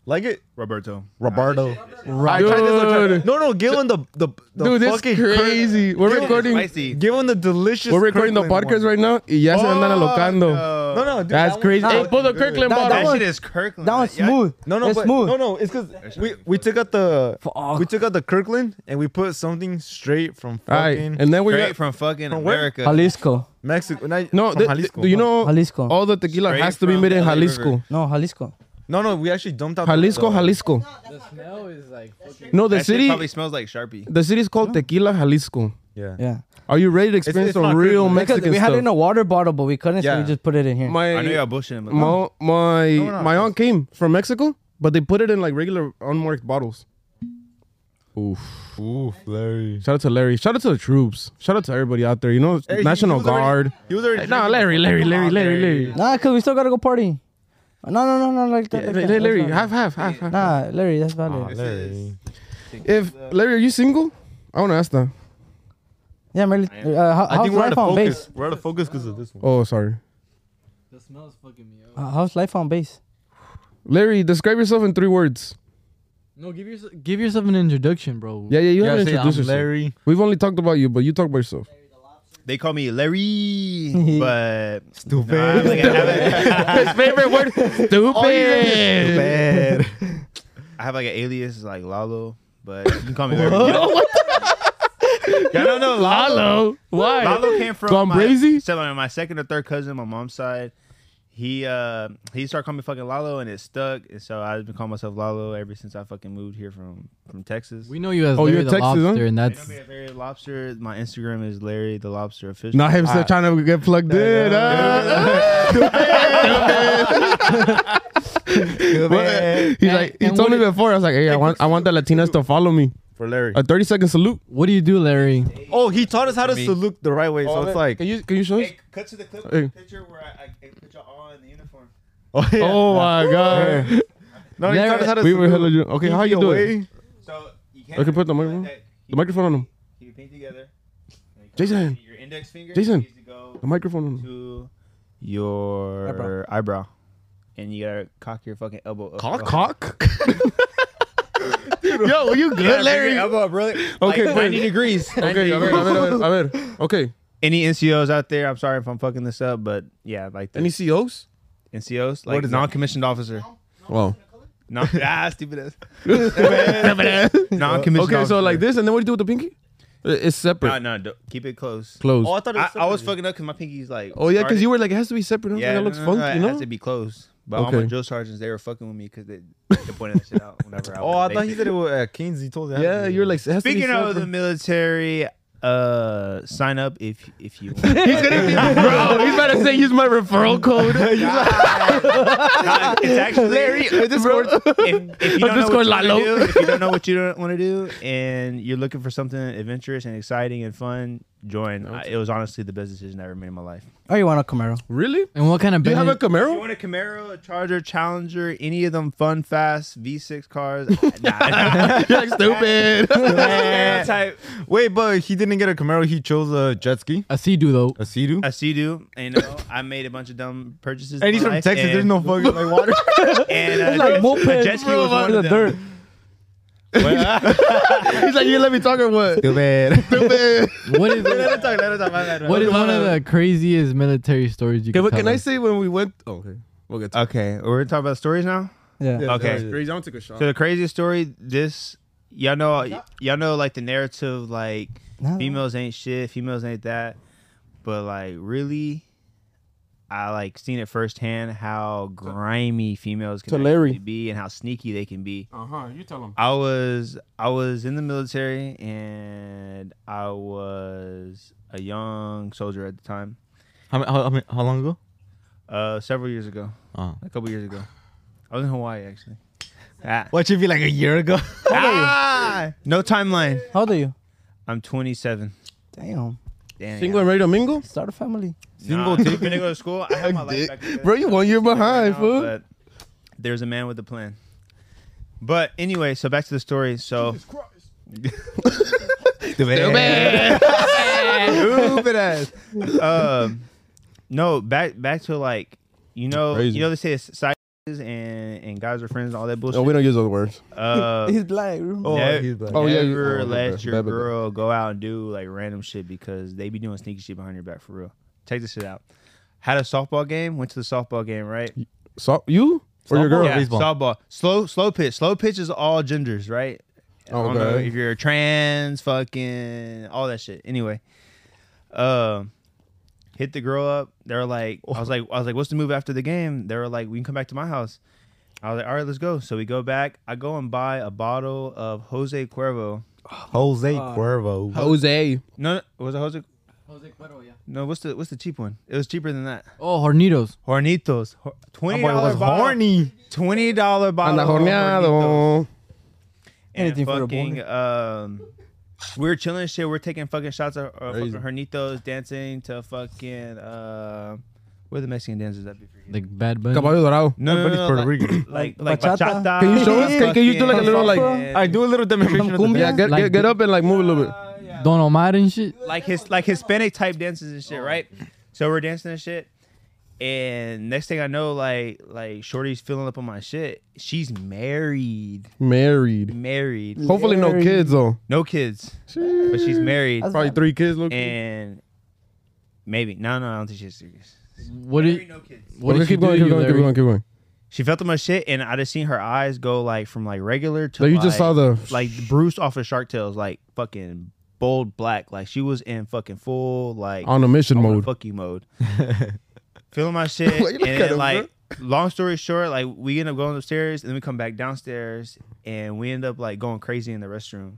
Like it, Roberto. Roberto. Right. Dude. No, no, give him the the, the Dude, this fucking is crazy. We're recording. Spicy. Give him the delicious. We're recording the Kirkland podcast one. right now. Y ya se andan Oh, alocando. No, no, Oh, dude, That's that crazy. One, Hey, pull the Kirkland That- bottle. That that shit is Kirkland. That one's Yeah, smooth. No, no, it's but, smooth. no, no. It's because we, we took out the Fuck. we took out the Kirkland and we put something straight from All right, fucking and then we Straight got from fucking From where? America. Jalisco. Mexico. Not, no. from th- Jalisco. do you know Jalisco. Oh. all the tequila Straight has to be from made in LA Jalisco? River. No, Jalisco. No, no. We actually dumped out Jalisco, the, Jalisco. The smell is like fucking. No, the That shit city. probably smells like Sharpie. The city's called Tequila Jalisco. Yeah. Yeah. Are you ready to experience it's some not real Christmas. Mexican Because we had stuff? it in a water bottle, but we couldn't, so Yeah. we just put it in here. I know my y'all bullshitting, but my my, we're not my aunt came from Mexico, but they put it in like regular unmarked bottles. Oof. Ooh, Larry. Shout out to Larry. Shout out to the troops. Shout out to everybody out there. You know, Hey, he- National he was already- Guard. He was already. No, Larry, Larry, Larry, Larry, Larry. Nah, cause we still gotta go party. No, no, no, no, like that. like Larry, that. Larry, That's half, half, half, half. valid. Nah, Larry, that's valid. Larry. If Larry, are you single? Oh, I want to ask that. yeah, Merle, uh, how, I how's think we're out life of on focus. base? We're out of focus because of this one. Oh, sorry. The smell's fucking me up. Uh, how's life on base? Larry, describe yourself in three words. No, give yourself give yourself an introduction, bro. Yeah, yeah, you haven't say, introduced I'm yourself. Larry. We've only talked about you, but you talk about yourself. they call me Larry, but Stupid. no, I'm like, I, have a, His favorite word, Oh, stupid. Bad. I have like an alias like Lalo, but you can call me Larry. Y'all don't know Lalo. Hello. Why? Lalo came from Gone my, crazy? so, like, my second or third cousin, my mom's side. He uh he started calling me fucking Lalo and it stuck, and so I've been calling myself Lalo ever since I fucking moved here from from Texas. We know you as Oh, Larry you're the Texas, huh? Lobster, and They that's know me as Larry the Lobster. My Instagram is Larry the Lobster official. Not him still Ah. trying to get plugged in. ah. He's And- like, he and told me what it- before. I was like, hey, I want, I want the Latinas to follow me. For Larry. A thirty second salute. what do you do, Larry? Oh, he taught us how to Me. salute the right Oh, way. So it's like. can you can you show us? Hey, cut to the clip Hey. picture where I, I, I put y'all all in the uniform. Oh, yeah. Oh my god. no, he taught us how to we salute. were hella drunk. Okay, how you doing? Away. So you can't. Okay, put the microphone- that- The microphone on him. You paint together. and you kinda Jason. put Your index finger. Jason. Needs to go The microphone on him. to your eyebrow. and you gotta cock your fucking elbow. Up Cock, real- cock. Yo, are you You gotta good, bring Larry? your elbow up really. Okay, like, wait. ninety degrees. Okay, a ver, a ver, a ver, a ver. Okay. Any NCOs out there? I'm sorry if I'm fucking this up, but yeah, like the Any COs? NCOs, like non-commissioned officer. Wow. Non- ah, stupid ass. okay, Non-commissioned. so officer. like this, and then what do you do with the pinky? It- It's separate. No, no, don't- keep it close. Closed. Oh, I thought it I, was. I was separated. fucking up because my pinky's like. Oh yeah, because started. you were like, it has to be separate. Yeah, no, it looks no, no, funky, It no? has to be close. But all Okay. my drill sergeants, they were fucking with me because they, they pointed that shit out whenever I was. Oh, I in thought he basic. said it was uh, Keynes. He told us. yeah, you're like, it has to Speaking be of the separate. military, uh, sign up if if you. want. he's gonna be, bro. Oh, He's about to say, use my referral code. Nah, it's actually Larry. Underscore, if, if, you don't know Underscore what you wanna Lalo. do, if you don't know what you want to do, and you're looking for something adventurous and exciting and fun, join, I, it was honestly the best decision I ever made in my life. Or Oh, you want a Camaro? Really? And what kind of Do you have a benefit? You Camaro? want a Camaro, a Charger, Challenger, any of them fun, fast V6 cars? nah, You're stupid. Camaro type Wait, but he didn't get a Camaro. He chose a jet ski, A sea though. a Sea-Doo. a Sea-Doo. You know, I made a bunch of dumb purchases. in And he's my from life, Texas. and- There's no fucking like water. And uh, It's like moped. a jet ski was one the of them. dirt. He's like, you let me talk or what? Too bad. Stupid. What is Let her talk, let her talk, my bad, my what is bad. one of the craziest military stories you Okay, can but tell? can I us? say when we went? Oh, okay, we'll get to. Okay, we're talking about stories now. Yeah. Yeah, Okay. that's crazy. I want to take a shot. So the craziest story, this y'all know y'all know like the narrative like No. females ain't shit, females ain't that. But like really I like seen it firsthand how grimy females can To Larry. actually be and how sneaky they can be. Uh huh. You tell him. I was I was in the military and I was a young soldier at the time. How, ma- how, how ma- how long ago? Uh several years ago. Oh. A couple years ago. I was in Hawaii actually. Ah. What should be like a year ago? Ah! No timeline. How old are you? I'm 27. Damn. Damn. Single and ready to mingle? Start a family. Single nah, I'm gonna go to school. I have my life back together Bro, you one year behind, now, fool. but There's a man with a plan. But anyway, so back to the story. So Too bad. Stupid ass. um, no, back back to like you know Crazy. you know they say it's side and and guys are friends and all that bullshit. No, we don't use those words. uh, He's black. remember? Oh, yeah, yeah. he's black. Oh, yeah, you- never oh, let okay. your Bad, bad, bad. girl go out and do like random shit because they be doing sneaky shit behind your back for real. Take this shit out. Had a softball game. Went to the softball game. Right. So you or your girl? Yeah, baseball? softball. Slow, slow pitch. Slow pitch is all genders, right? I don't know Okay. if you're trans, fucking all that shit. Anyway, um, hit the girl up. They were like, I was like, I was like, what's the move after the game? They were like, we can come back to my house. I was like, all right, let's go. So we go back. I go and buy a bottle of Jose Cuervo. Jose Cuervo. Jose. No, no, was it Jose? No, what's the what's the cheap one? It was cheaper than that. Oh, Hornitos. Hornitos, Hor- twenty Boy, dollar was bottle. horny. Twenty dollar bottle. Anda of Hornitos. jornado. and Anything for the fucking um we were chilling and shit. We're taking fucking shots of uh, fucking Crazy. Hernitos, dancing to fucking uh, where the Mexican dancers that be for you. Like bad bunny. Caballo dorado. No, no, Everybody's no, Puerto like, Rican. like like Bachata? bachata. Can you show us? Can- can you do like a little, like- fucking- I do a little demonstration. of the cumbia? Yeah, dance. get, Like get, get the- up and like move a little bit. Don Omar and shit. like his like Hispanic type dances and shit, right? So we're dancing and shit. And next thing I know, like like Shorty's filling up on my shit. She's married, Married. married, Hopefully no Married. kids though. no kids, but she's married. Probably three kids. Look. And maybe no, no, I don't think she's serious. What did no kids. what okay, did she keep do going, to keep you, going, keep Larry? going, keep going. She felt on my shit, and I just seen her eyes go like from like regular to So you like, just saw the like Bruce off of Shark Tales, like fucking bold black, like she was in fucking full like on a mission I wanna mode. fuck you mode. Feeling my shit, Why you and look at then, him, like long story short, like we end up going upstairs, and then we come back downstairs, and we end up like going crazy in the restroom.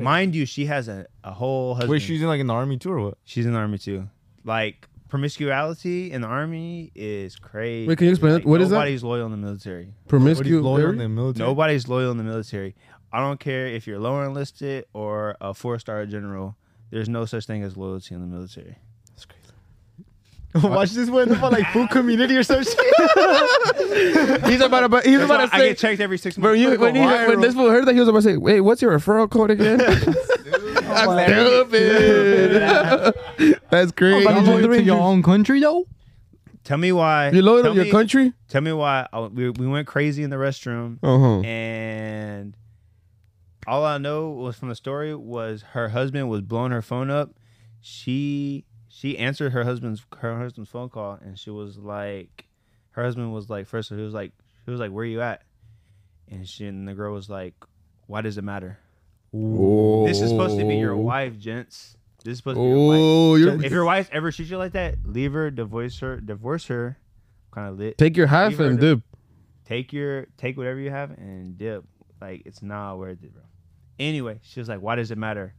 Mind you, she has a, a whole husband. Wait, she's in like an army too or what? She's in the army too. Like promiscuity in the army is crazy. Wait, can you explain Like, that? What is that? Nobody's loyal in the military. Promiscuous. Larry? Nobody. Nobody's loyal in the military. I don't care if you're lower enlisted or a four star general. There's no such thing as loyalty in the military. Watch this one about like food community or some shit. He's about to. He's That's why about to I say. get checked every six Bro, months. you, when, he, when this fool heard that, he was about to say, "Wait, what's your referral code again?" Oh, That's stupid. That's crazy. You Cowboy loyal to your own country though? tell me why. You loyal tell to your me- country? Tell me why I, we, we went crazy in the restroom, Uh huh. and all I know was from the story was her husband was blowing her phone up. She she answered her husband's her husband's phone call, and she was like, her husband was like, first he was like, she was like, where you at? And she and the girl was like, why does it matter? This is supposed to be your wife, gents. This is supposed to be your wife. Oh, you're, If your wife ever treats you like that, leave her, divorce her, divorce her. Kind of lit. take your half Leave her and to- dip. take your take whatever you have and dip. Like it's not worth it, bro. Anyway, she was like, "Why does it matter?"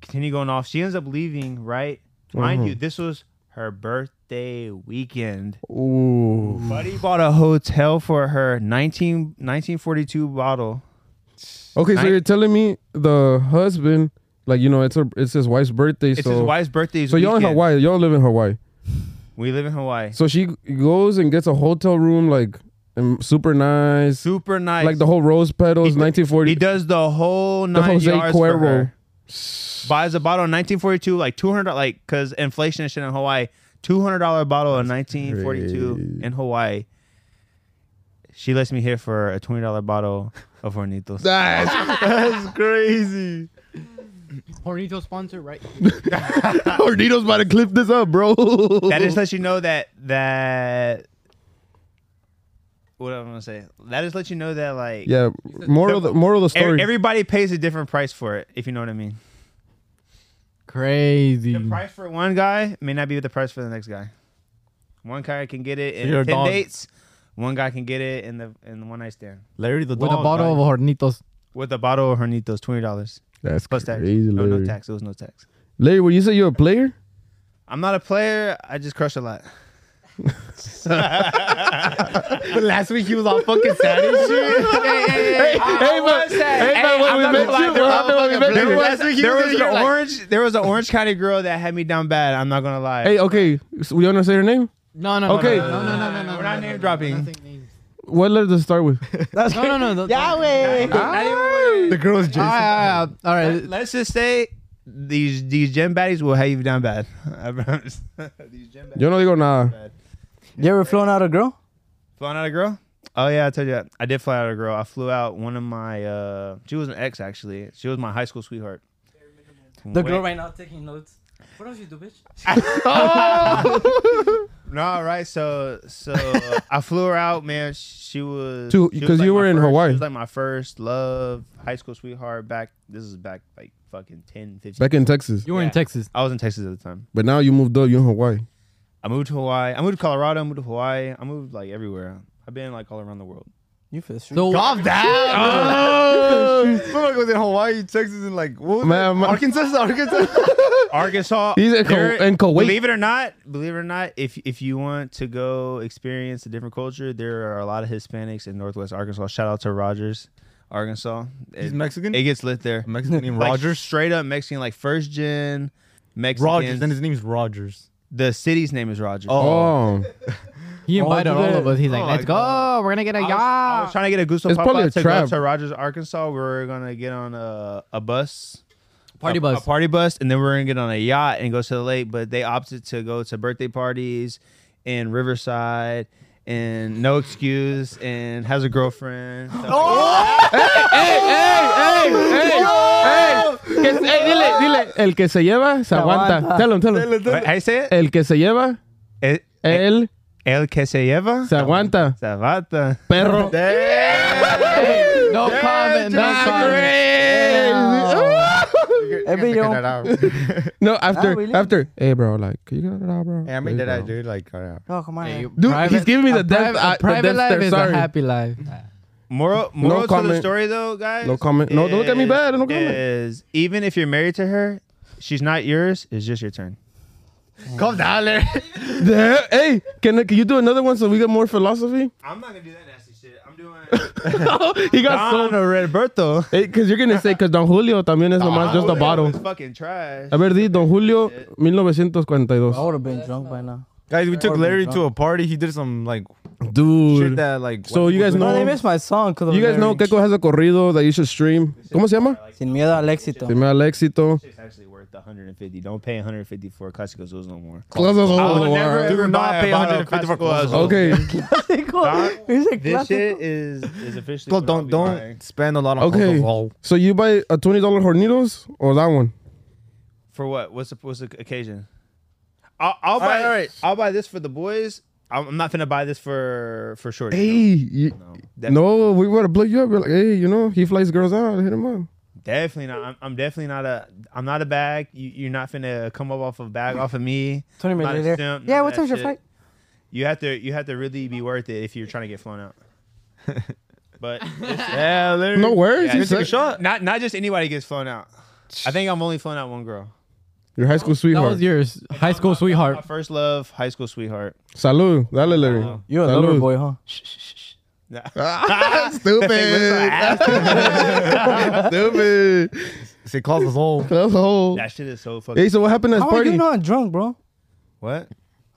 Continue going off. She ends up leaving, right? Mind Mm-hmm. you, this was her birthday weekend. Ooh. Buddy bought a hotel for her 19, 1942 bottle. Okay, so Nine- you're telling me the husband Like you know, it's her, it's his wife's birthday. It's so his wife's birthday. so y'all in Hawaii. Y'all live in Hawaii. We live in Hawaii. So she goes and gets a hotel room like um, super nice, Super nice. like the whole rose petals, He- nineteen forty. He does the whole the nine Jose yards for Cuervo. her. Buys a bottle in 1942, like 200, like because inflation and shit in Hawaii. Two hundred dollar bottle in 1942 crazy. in Hawaii. She lets me here for a twenty dollar bottle of Hornitos. That's That's crazy. Hornito sponsor, right? Hornito's about to clip this up, bro. that just lets you know that that what am I gonna say? That just lets you know that like yeah. Moral, the, moral of the ev- story. everybody pays a different price for it, if you know what I mean. Crazy. The price for one guy may not be the price for the next guy. One guy can get it in You're a ten dog. dates. One guy can get it in the in the one night stand Larry the With a dog bottle died. of Hornitos. with a bottle of Hornitos, twenty dollars That's plus tax. crazy, no, Larry. no tax. It was no tax. Larry, were you say you're a player? I'm not a player. I just crush a lot. But last week he was all fucking sad and shit. hey, hey, hey, hey, but- hey, but when we met you, bro, I know we met you. There was, Last week you there was was in an here like- orange, there was an Orange County girl that had me down bad. I'm not gonna lie. Hey, okay. So we don't say her name. No, no, no, Okay. No, no, no, no, no, no. We're not name no, dropping. No, nothing names. What letter does it start with? That's no, no, no. no Yahweh. the girl's Jason. All right, all right, all right. Let- Let's just say these these gym baddies will have you down bad. I promise. these gym baddies. Yo no digo nada. bad. You ever flown out a girl? Flying out a girl? Oh yeah, I told you that. I did fly out a girl. I flew out one of my. uh She was an ex actually. She was my high school sweetheart. The girl Ah, right now taking notes. What else you do, bitch? No, all right. So so I flew her out, man. She was To- she was 'cause you were my in first- Hawaii. She was like my first love, high school sweetheart. Back this is back like fucking 10, 15. Back in Texas, You were Yeah. in Texas. I was in Texas at the time. but now you moved up. You're in Hawaii. I moved to Hawaii. I moved to Colorado. I moved to Hawaii. I moved like everywhere. I've been like all around the world. You feel straight. So Calm down. Oh, I was in Hawaii, Texas, and like what was Man, that? my- Arkansas, Arkansas. Arkansas. He's in Ku- there- in Kuwait. Believe it or not, believe it or not, if if you want to go experience a different culture, there are a lot of Hispanics in Northwest Arkansas. Shout out to Rogers, Arkansas. He's It- Mexican? It gets lit there. Mexican named Like, Rogers. straight up Mexican, like first gen Mexican. Rogers, and his name's Rogers. the city's name is Rogers. Oh. Oh, he invited you all did. of us. He's like, Oh, "Let's my go. God. We're gonna get a I was, I was yacht." trying to get a Gusto It's probably Papa a to go trap. to Rogers, Arkansas. We're gonna get on a, a bus, Party a- bus. a party bus, and then we're gonna get on a yacht and go to the lake. But they opted to go to birthday parties in Riverside, and no excuse, and has a girlfriend. So- Oh, hey, Oh! hey, hey, hey, Que- hey, dile, dile, el que se lleva se aguanta. aguanta. Tell him, tell him. Wait, how you say it? El que se lleva, Eh, El, él el que se lleva. se aguanta. Savata. Perro. no comment. No That's comment. crazy. Every year- no, Ah, after, really? after. Hey, bro, like, can you get it out, bro? Hey, I made There that you out, go. dude. Like, all right. Oh, come on. Hey, Dude, private- he's giving me the a death. private, eye- a the private death life stare, is sorry. a happy life. Moral, moral to the comment. story though, guys. No comment. No, don't look at me bad. No comment. Is even if you're married to her, she's not yours. It's just your turn. Calm down, Larry. There- Hey, can, can you do another one so we get more philosophy? I'm not gonna do that nasty shit. I'm doing he got so Roberto. Because you're going to say, because Don Julio también es nomás just a bottle. Oh, fucking trash. A ver, di, Don Julio, 1942. I would have been drunk by now. Guys, we took Or Larry Mozart. to a party. He did some like Oh. shit Dude. that like. So white you guys people know- No, they No. missed my song. Cause of You guys know Larry. Keiko has a corrido that you should stream. ¿Cómo se llama? Sin miedo al Se éxito. llama El Éxito. It's actually worth 150. Don't pay 150 for Clásicos Dos no more. Oh, do ever not buy a pay bottle of 150 for Clásicos Clásicos. Dos. Okay. He's a This classic. shit is is officially. People what I'll don't be don't buying. spend a lot on Okay. alcohol. So you buy a $20 Hornitos or that one? For what? What's the what's the occasion? I'll, I'll buy. right, all right. I'll buy this for the boys. I'm I'm not finna buy this for for shorty. Hey. you- No, def- no, we want to blow you up. We're like, hey, you know, he flies girls out. Hit him up. definitely not. I'm, I'm definitely not a. I'm not a bag. You, you're not finna come up off a bag off of me. 20 I'm not minutes a later. simp, none yeah, of what that time's your shit. flight? You have to you have to really be worth it if you're trying to get flown out. but it's- Yeah, Larry. No worries. Yeah, he you took a said- shot. Not not just anybody gets flown out. I think I'm only flown out one girl. Your high school That sweetheart. was yours, high school My sweetheart. first love, high school sweetheart. Salud. Dale, Larry. Wow. You're a Salud. lover boy, huh? Nah. Stupid. Stupid. It calls us all. That's a whole. That shit is so fucking. Hey, so what happened at How this are party? you not drunk, bro? what?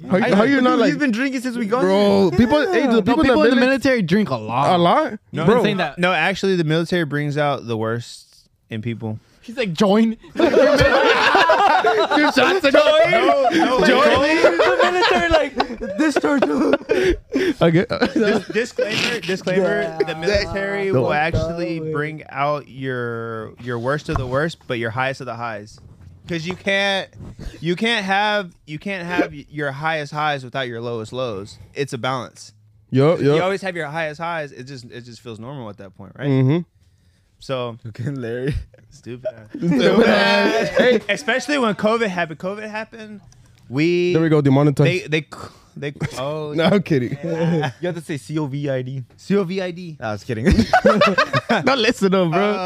How, how you not like, You've been drinking since we got here. bro? People, hey, the No, people, people, in the military military drink a lot. a lot, No, bro. saying that. No, actually, the military brings out the worst in people. He's like, join. Dude, shots are going. No, no, the military, like this church. Okay. Dis- disclaimer, disclaimer. The military No. will actually No. bring out your your worst of the worst, but your highest of the highs. Because you can't, you can't have, you can't have your highest highs without your lowest lows. It's a balance. Yo, You yo. always have your highest highs. It just, it just feels normal at that point, right? Mhm. So Okay, Larry. stupid. Hey, Especially when COVID happened. COVID happened. We, there we go. they, Demonetized. they, they. Oh, No, I'm kidding. You have to say C O V I D. COVID. I was kidding. Not listen up, bro. Um,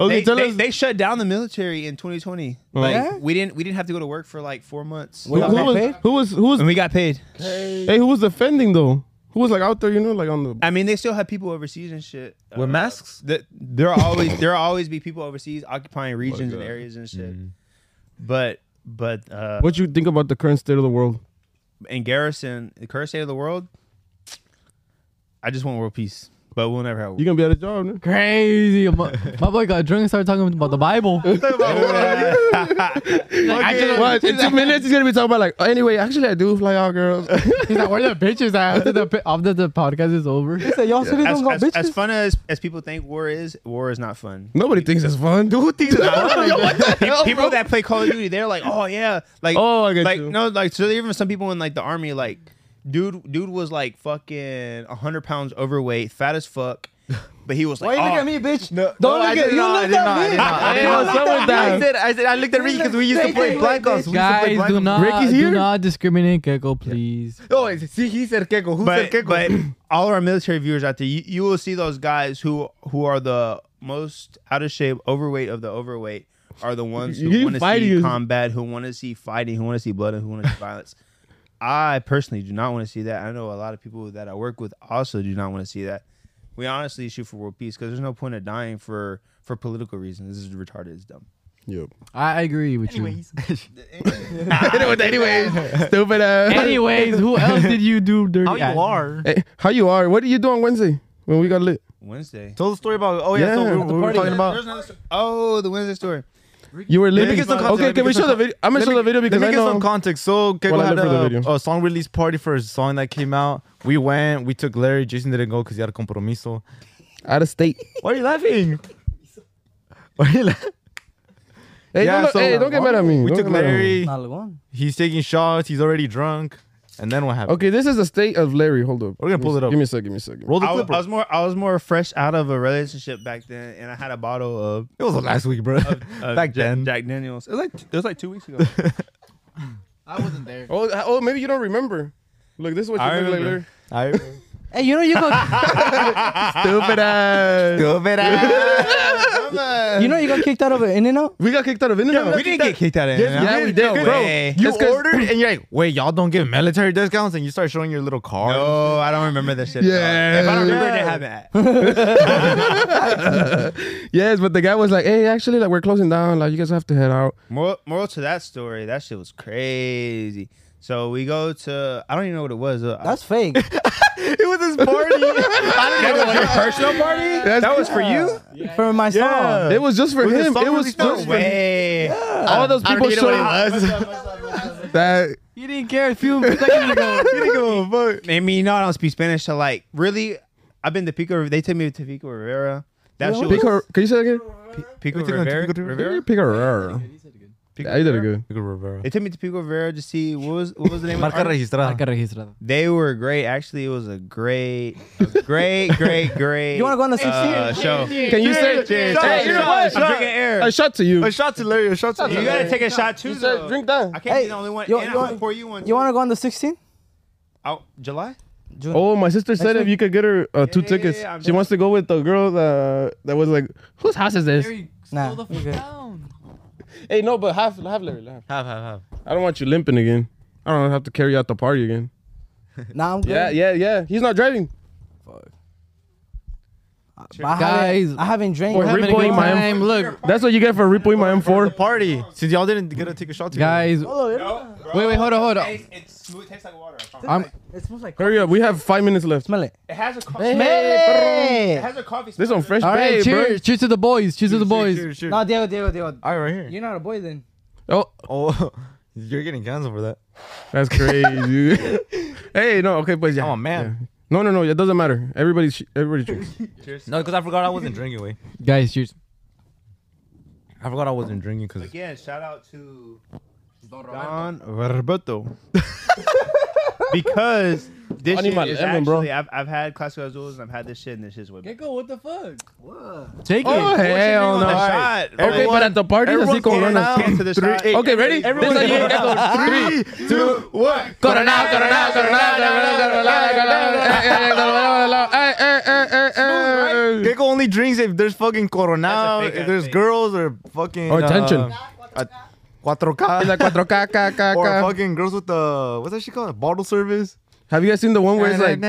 Okay, they, tell they- us- Oh. they shut down the military in 2020. Like Yeah? we didn't we didn't have to go to work for like four months. who, We got who was, paid? who was who was And we got paid. hey who was defending though? Who was like out there? You know, like on the I mean, they still have people overseas and shit. Uh, With masks? th- there are always there are always be people overseas occupying regions and God. areas and shit. But but uh, What you think about the current state of the world? in Garrison, the current state of the world, I just want world peace. But we'll never have. You gonna be out of job, man. Crazy. My, my boy got drunk and started talking about the Bible. What? In two minutes, he's gonna be talking about like. "Oh, Anyway, actually, I do fly out, girls. He's like, where the bitches at after the pi- after the podcast is over? He said, y'all city as, don't got as, bitches. as fun as, as people think war is, war is not fun. Nobody thinks it's fun. Dude, who thinks it's fun? Pe- people that play Call of Duty, they're like, oh yeah, like Oh, I get like you. no, like so even some people in like the army, like dude, dude was like fucking hundred pounds overweight, fat as fuck, but he was Why like, you oh, look at me, bitch? No, don't no, I look did at you. not, I Look did not, I at did me. not, I did You not. looked at me. I said, I said, I looked at Ricky because we used to play Black Ops. We used to play Guys, Black do Ops. not Ricky's here? do not discriminate, Gecko, please. Oh, see, he said Keiko. Who said but, Keiko? but all our military viewers out there, you, you will see those guys who who are the most out of shape, overweight of the overweight are the ones You who want to fight see you. combat, who want to see fighting, who want to see blood, and who want to see violence. I personally do not want to see that. I know a lot of people that I work with also do not want to see that. We honestly shoot for world peace because there's no point of dying for for political reasons. This is retarded. It's dumb. Yep. I agree with anyway, stupid ass. you. Anyways, who else did you do dirty? how you at? are? Hey, how you are? What did you do on Wednesday when we got lit? Wednesday. Tell the story about. Oh yeah, Yeah, so we, at were- the we were party. talking about. There's another story. Oh, the Wednesday story. You were lit. get some context, Okay, let me can we get some show the video? I'm gonna show the video because Let I me get some know. context. So Keiko Well, I had live for the a, video. a song release party for a song that came out. We went. We took Larry. Jason didn't go because he had a compromiso. Out of state. Why are you laughing? Why are you laughing? Hey, Yeah, don't, look- so- hey, don't get mad at me. We Don't took get mad at me. Larry. Not the one. He's taking shots. He's already drunk. And then what happened? Okay, this is the state of Larry. Hold up. We're gonna pull it up. Give me a second. Give me a second. Roll the I, clip. was, I was more I was more fresh out of a relationship back then, and I had a bottle of, it was uh, last week, bro. of Back Jack, then. Jack Daniels. It was like it was like two weeks ago. I wasn't there. Oh, uh, oh, maybe you don't remember. Look, this is what you I look like, Larry. remember. I Hey, you know you got Stupid ass. stupid ass. you know you got kicked out of an in and out. We got kicked out of internet. Oh, we didn't get kicked out of Yes, yeah, we did. Bro, You That's 'cause- ordered and you're like, wait, y'all don't give military discounts, and you start showing your little card. No, Oh, I don't remember that shit. at all. Yeah. if I don't remember, it didn't happen. Yes, but the guy was like, "Hey, actually, like we're closing down. Like you guys have to head out." Moral, moral to that story, that shit was crazy. So we go to I don't even know what it was. Uh, That's fake. It was his party. I, that was your personal party. That's- that was for you. For my song. Yeah. It was just for Was it him. song It was release? No just for Way. all those I don't people even know what it showed that. You didn't care a few seconds ago. I mean, you know, I don't speak Spanish, so like, really, I've been to Pico. They took me to Pico Rivera. That shit was Pico, can you say that again? Pico We took them to Rivera. Pico Rivera? Rivera? Pico Rivera. Pico Yeah, you did it Rivera? good. They took me to Pico Rivera to see what was what was the name of the Marca artist? registrada. Marca registrada. They were great. Actually, it was a great, a great, great, great. You wanna go on the uh, sixteen? show? Can you say? Cheers! Shot, Hey, you know what? I'm drinking air. A shot to you. A shot to Larry. A shot to You gotta take a shot too. said Though. drink that. I can't Hey, be the only one. you- and you I'm gonna want- pour you one. You want to go on the 16? out July? June. Oh, my sister said Next if you could get her uh, two yeah, yeah, tickets, yeah, I'm she wants to go with the girl that, that was like, whose house is this? Nah. Okay. Hey, no, but have have Larry laugh. Have, have, have. I don't want you limping again. I don't have to carry out the party again. Nah, I'm good. Yeah, yeah, yeah. He's not driving. I Guys, haven't, I haven't drank. We're yet. having a Repoing good my time. M- Look, That's what you get for repoing my For the M4. party, since y'all didn't get to take a shot together. guys. Hold on, Wait, wait, hold on, hold on. It's, it's smooth. It tastes like water. I promise. I'm. It smells like. Hurry up, we have five minutes left. Smell it. It has a coffee. It Smell it. has a coffee. This on fresh All right, bay, bro. cheers, cheers to the boys, cheers to the boys. Cheers, cheers. No, Diego, Diego, Diego. All right, right here. You're not a boy then. Oh, Oh, you're getting canceled for that. that's crazy. hey, no, okay, but yeah. I'm a man. Yeah. No, no, no. It doesn't matter. Everybody, sh- everybody drinks. Cheers. No, because I forgot I wasn't drinking. Wait, Guys, cheers. I forgot I wasn't drinking because Again, shout out to Don Roberto. because this shit Animal is lemon, bro. actually, I've, I've had Classico Azules and I've had this shit and this shit's way better. Gecko, what the fuck? Take it. oh hell on no! the Alright. shot. Okay, Everyone- but at the party, así con Everyone ganas. get to the shot. Okay, ready? Everyone This is get how you get those three. two, one. Corona, corona, corona, corona, corona, corona. Hey, hey, corona, hey, hey, hey, hey, hey. Gecko only drinks if there's fucking Corona, That's a fake if ass there's thing. girls or fucking uh, Or attention. cuatro k, It's like 4K, K, K, or K. fucking girls with the what's that shit called? Bottle service. Have you guys seen the one where it's like,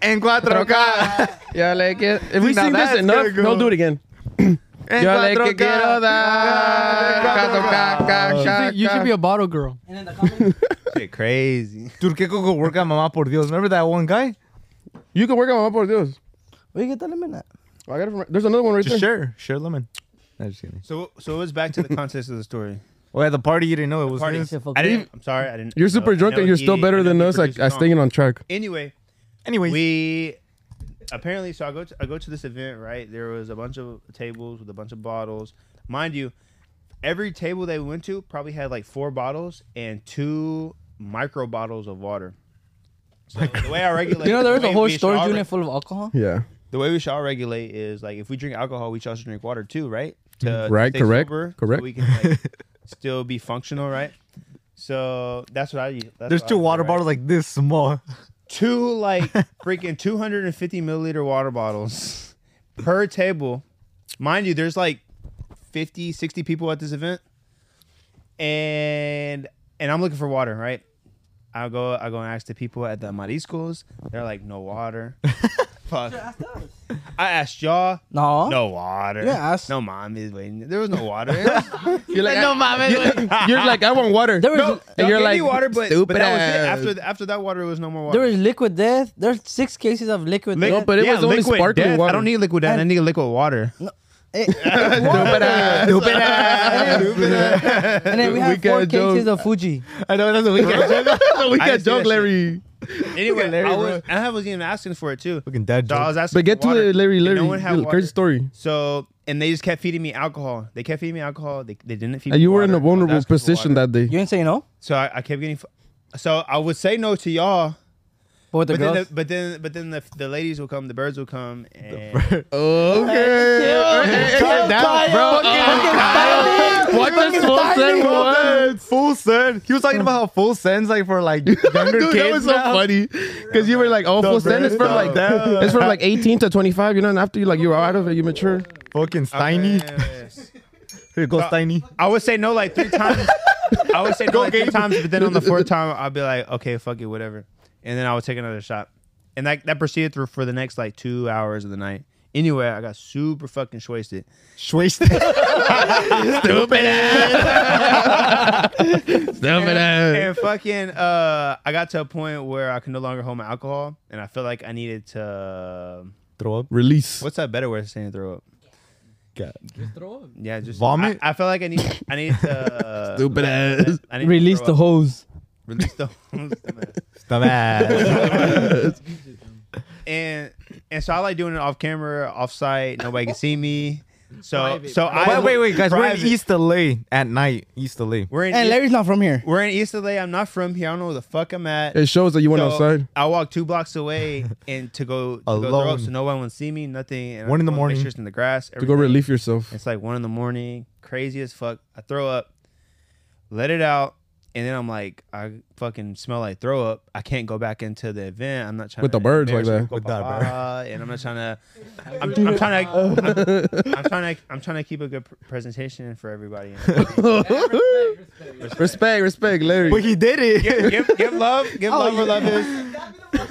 en cuatro k, yeah, like it? If we Now sing this that's enough, good, girl. he'll do it again. en Yo le que 4K. quiero dar, cuatro K, K, You K, should- you should be K. a bottle girl. And then the comment. Shit crazy. Dude, Gecko go work at Mama por Dios. Remember that one guy? You can work on my por Dios. Where you get that lemon at? I got it from. There's another one right Just there. share, share lemon. No, just kidding. So, so it was back to the context of the story. Oh, at the party you didn't know it was Party. his. I didn't. I'm sorry, I didn't. You're super I know drunk and you're he- still I better know than he us at, produced at song. staying on track. Anyway, Anyways, we apparently so I go to I go to this event right. There was a bunch of tables with a bunch of bottles, mind you. Every table they went to probably had like four bottles and two micro bottles of water. So the way I regulate, You know there was the a way whole we should storage all re- unit full of alcohol. Yeah. the way we should all regulate is like if we drink alcohol, we should also drink water too, right? To, to Mm-hmm. Right, stay correct, sober, so correct. we can like, still be functional, right? So that's what I use. That's there's what I two do, water right? bottles like this small. two like freaking 250 milliliter water bottles per table. Mind you, there's like 50, 60 people at this event. And and I'm looking for water, right? I go I go and ask the people at the mariscos. They're like, no water. Fuck. I asked y'all. No. Oh. No water. Yeah, I asked- No mom is waiting. There was no water. It was- You're like, no, You're like, I want water. There was Y'all And you're gave me like, water, but, stupid but that ass. was it. After after that water, it was no more water. there was liquid death. There's six cases of liquid No, death. but it was only liquid sparkling death. water. I don't need liquid death. I And- need liquid water. It- it was. uh, Stupid ass. Stupid and then we had Weekend four cases joke. of Fuji. I know that's a weekend. we I got didn't see joke, that Larry. Anyway, Larry, I bro. was, and I was even asking for it too. Fucking dad So I joke. was asking But get for to water, it, Larry. and Larry, no one had you- water. crazy story. So and they just kept feeding me alcohol. They kept feeding me alcohol. They, they didn't feed. And me you were water. in I a was vulnerable asking for position water. that day. You didn't say no, So I, I kept getting. fu- So I would say no to y'all, but with the but then, girls. the, but then but then the, the ladies will come, the birds will come, and Okay. Calm down, bro. What the full send was? Full send. He was talking about how full sends like for like younger Dude, kids. that was so now. funny. Because you were like, oh, full send is from bro. like Duh. It's from like 18 to 25, you know, and after you like, you're out of it, you mature. Fucking Steiny. Here goes Steiny. I would say no like three times. I would say no like three times, but then on the fourth time, I'd be like, okay, fuck it, whatever. And then I would take another shot. And that, that proceeded through for the next like two hours of the night. Anyway, I got super fucking wasted. Schwasted. Stupid ass. Stupid ass. And fucking, uh, I got to a point where I could no longer hold my alcohol, and I felt like I needed to. Throw up. Release. What's that better word than saying throw up? Yeah, just Vomit? I, I felt like I need. I needed to. Uh, Stupid ass. I needed to Release throw the up. hose. Release the whole. Dumbass. and and so I like doing it off camera, off site. Nobody can see me. So so I wait, wait, wait, guys. We're in Private. East LA at night. East LA. We're in And East, Larry's not from here. we're in East LA. I'm not from here. I don't know where the fuck I'm at. It shows that you went So outside. I walked two blocks away and to go to go throw Alone. up, so no one would see me. Nothing. And I One in the took morning. Pictures in the grass. To go everything. relieve yourself. It's like one in the morning, crazy as fuck. I throw up, let it out, and then I'm like, I fucking smell like throw up. I can't go back into the event. I'm not trying With to the birds like embarrass that. With that, Papa, and I'm not trying to. I'm, I'm trying to. I'm, I'm trying to. I'm trying to keep a good pr- presentation for everybody. Respect, respect, Larry. But he did it. give, give, give love. Give love where love is.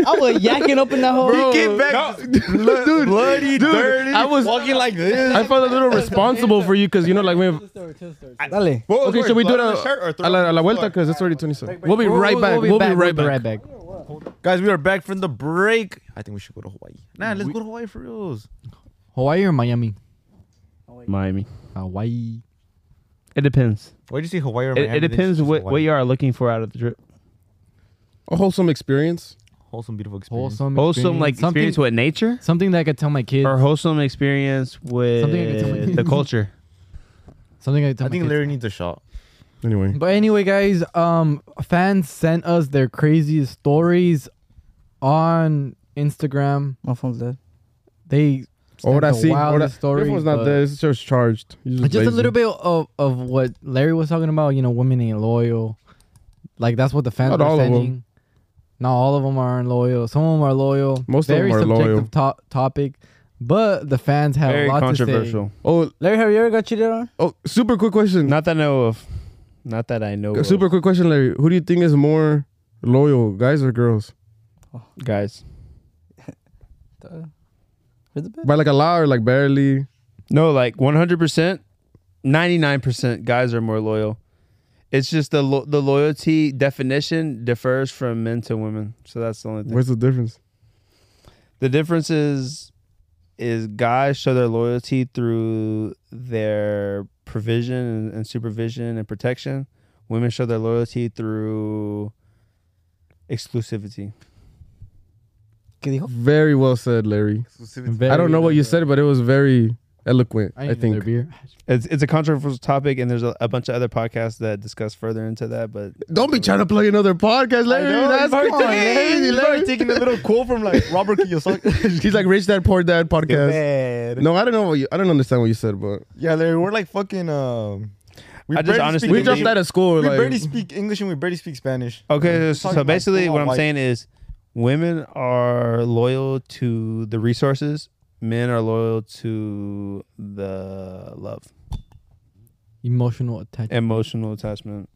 I was yakking up in that hole. He came back, dude, bloody, dirty. I was walking like this. I felt a little responsible for you because you know, like we. Have, Dale. okay, should we do it the a, shirt or throw a, it la, a on la the vuelta? floor? Because it's already twenty-seven. We'll be right back. We'll be right back. Guys, we are back from the break. I think we should go to Hawaii. Nah, let's go to Hawaii for reals. Hawaii or Miami? Miami. Hawaii. It depends. Why'd you say Hawaii or It, Miami? it They depends just what, Hawaii. what you are looking for out of the trip. A wholesome experience. Wholesome, beautiful experience. Wholesome. Wholesome experience. like something, experience with nature, something that I could tell my kids. or wholesome experience Something I can tell my with the kids. culture. something I could tell I my think kids. Larry needs a shot. Anyway, But anyway, guys, um, fans sent us their craziest stories on Instagram. My phone's dead. They oh, what I sent the see. What I, wildest stories, everyone's not but- there. It's just charged. You're just a lazy. little bit of of what Larry was talking about. You know, women ain't loyal. Like that's what the fans Not are all of 'em. sending. Not all of them are loyal. Some of them are loyal. Most of Very 'em are subjective loyal. to- topic, but the fans have Very a lot controversial. Oh, Larry, have you ever got cheated on? oh, super quick question. Not that I know of. Not that I know. of. super quick question, Larry. Who do you think is more loyal, guys or girls? guys. Uh, Where's the bit? By like a lot or like barely? No, like one hundred percent, ninety nine percent guys are more loyal. It's just the lo- the loyalty definition differs from men to women, so that's the only thing. What's the difference? The difference is is guys show their loyalty through their provision and, and supervision and protection. Women show their loyalty through exclusivity. ¿Qué dijo? Very well said, Larry. To say. I don't know what you said, but it was very eloquent. I, I think. beer. It's it's a controversial topic, and there's a, a bunch of other podcasts that discuss further into that. But Don't be trying to plug another podcast, Larry. That's Come on, Larry. crazy, You Larry. probably taking a little quote from like Robert Kiyosaki. He's like rich dad poor dad podcast. Bad. No, I don't know what you. I don't understand what you said, but Yeah, Larry, we're like fucking. Um, we I just barely honestly speak we believe- just English. out of school. We barely Like, speak English and we barely speak Spanish. Okay, We're so, talking so about basically, full what on I'm white- saying is, women are loyal to the resources. Men are loyal to the love, Emotional attachment. emotional attachment.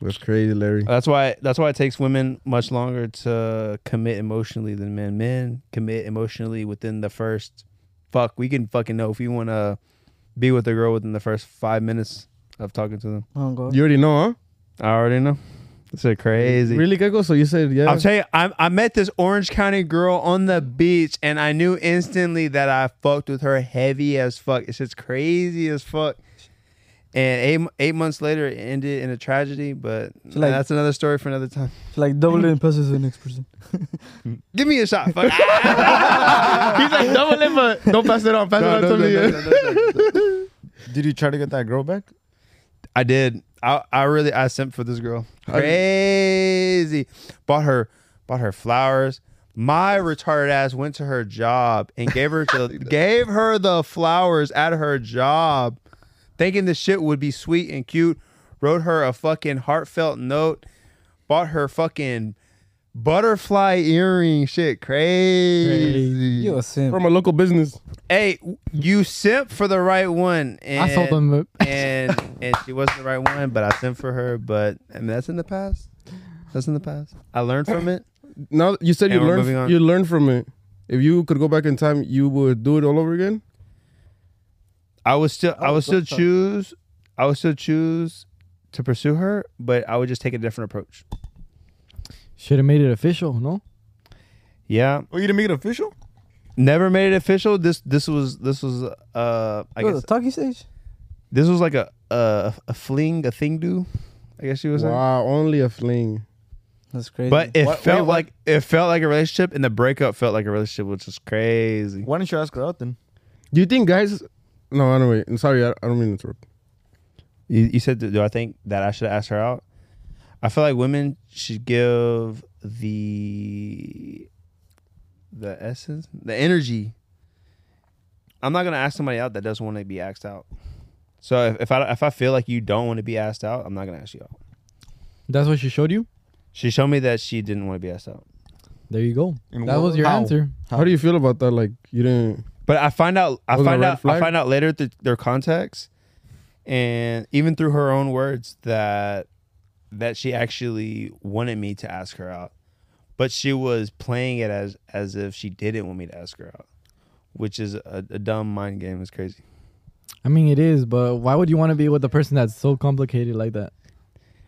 that's crazy, Larry. That's why. That's why it takes women much longer to commit emotionally than men. Men commit emotionally within the first. Fuck, we can fucking know if we want to be with a girl within the first five minutes of talking to them. Oh, God. You already know, huh? I already know. This is crazy. Really, Keiko? So you said yeah. I'll tell you, I, I met this Orange County girl on the beach, and I knew instantly that I fucked with her heavy as fuck. It's just crazy as fuck. And eight m- eight months later, it ended in a tragedy. But like- that's another story for another time. Like double in pesos to the next person. Give me a shot. Fuck. Ah, He's like double it, but don't pass it on. Pass it on to me. Did you try to get that girl back? I did. I, I really I sent for this girl. Crazy. Bought her bought her flowers. My retarded ass went to her job and gave her the, gave her the flowers at her job, thinking the shit would be sweet and cute. Wrote her a fucking heartfelt note. Bought her fucking butterfly earring. Shit, crazy. You a simp. From a local business. Hey, you simp for the right one. And I sold them. uh, and and she wasn't the right one, but I sent for her. But I mean, that's in the past. That's in the past. I learned from it. Now you said And you we're moving learned. on. You learned from it. If you could go back in time, you would do it all over again. I would still, Oh, I would still choose, I would still choose to pursue her, but I would just take a different approach. Should have made it official, no? Yeah, Oh, you didn't make it official? never made it official. This, this was, this was, uh, I Yo, guess the talking stage? this was like a, a, a fling, a thing do. I guess she was. saying. Wow, only a fling. That's crazy. But it What- felt wait, what? like it felt like a relationship, and the breakup felt like a relationship, which is crazy. Why didn't you ask her out then? Do you think guys? No, anyway. I'm sorry. I, I don't mean to interrupt. You, you said, do I think that I should ask her out? I feel like women should give the the essence, the energy. I'm not gonna ask somebody out that doesn't want to be asked out. So if, if I if I feel like you don't want to be asked out, I'm not gonna ask you out. That's what she showed you. She showed me that she didn't want to be asked out, There you go. In that what- was your how? answer. How do you feel about that? Like you didn't. but I find out I Wasn't a find red out I flag? find out later through their contacts, and even through her own words that that she actually wanted me to ask her out. but she was playing it as as if she didn't want me to ask her out, which is a, a dumb mind game. It's crazy. I mean, it is, but why would you want to be with a person that's so complicated like that?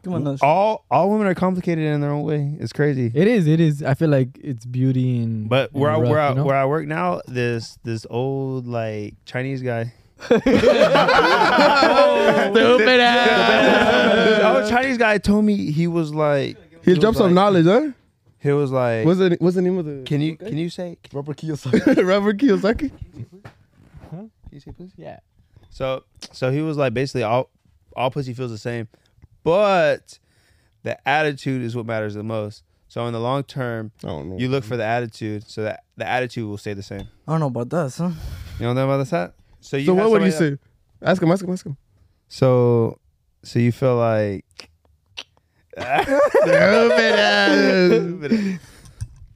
Come on, no. All all women are complicated in their own way. It's crazy. It is. It is. I feel like it's beauty and. But and where I, rough, where I, you know? where I work now, this this old like Chinese guy. Stupid The old Chinese guy told me he was like He was dropped some like- knowledge, huh? he was like What's the what's the name of the can you can you say can Robert Kiyosaki. Robert Kiyosaki? you say pussy? Yeah. So so he was like basically all all pussy feels the same, but the attitude is what matters the most. So in the long term, I don't know. you look for the attitude, so that the attitude will stay the same. I don't know about that, huh? You don't know about that? So you so have what would you somebody that- say? Ask him, ask him, ask him. So so you feel like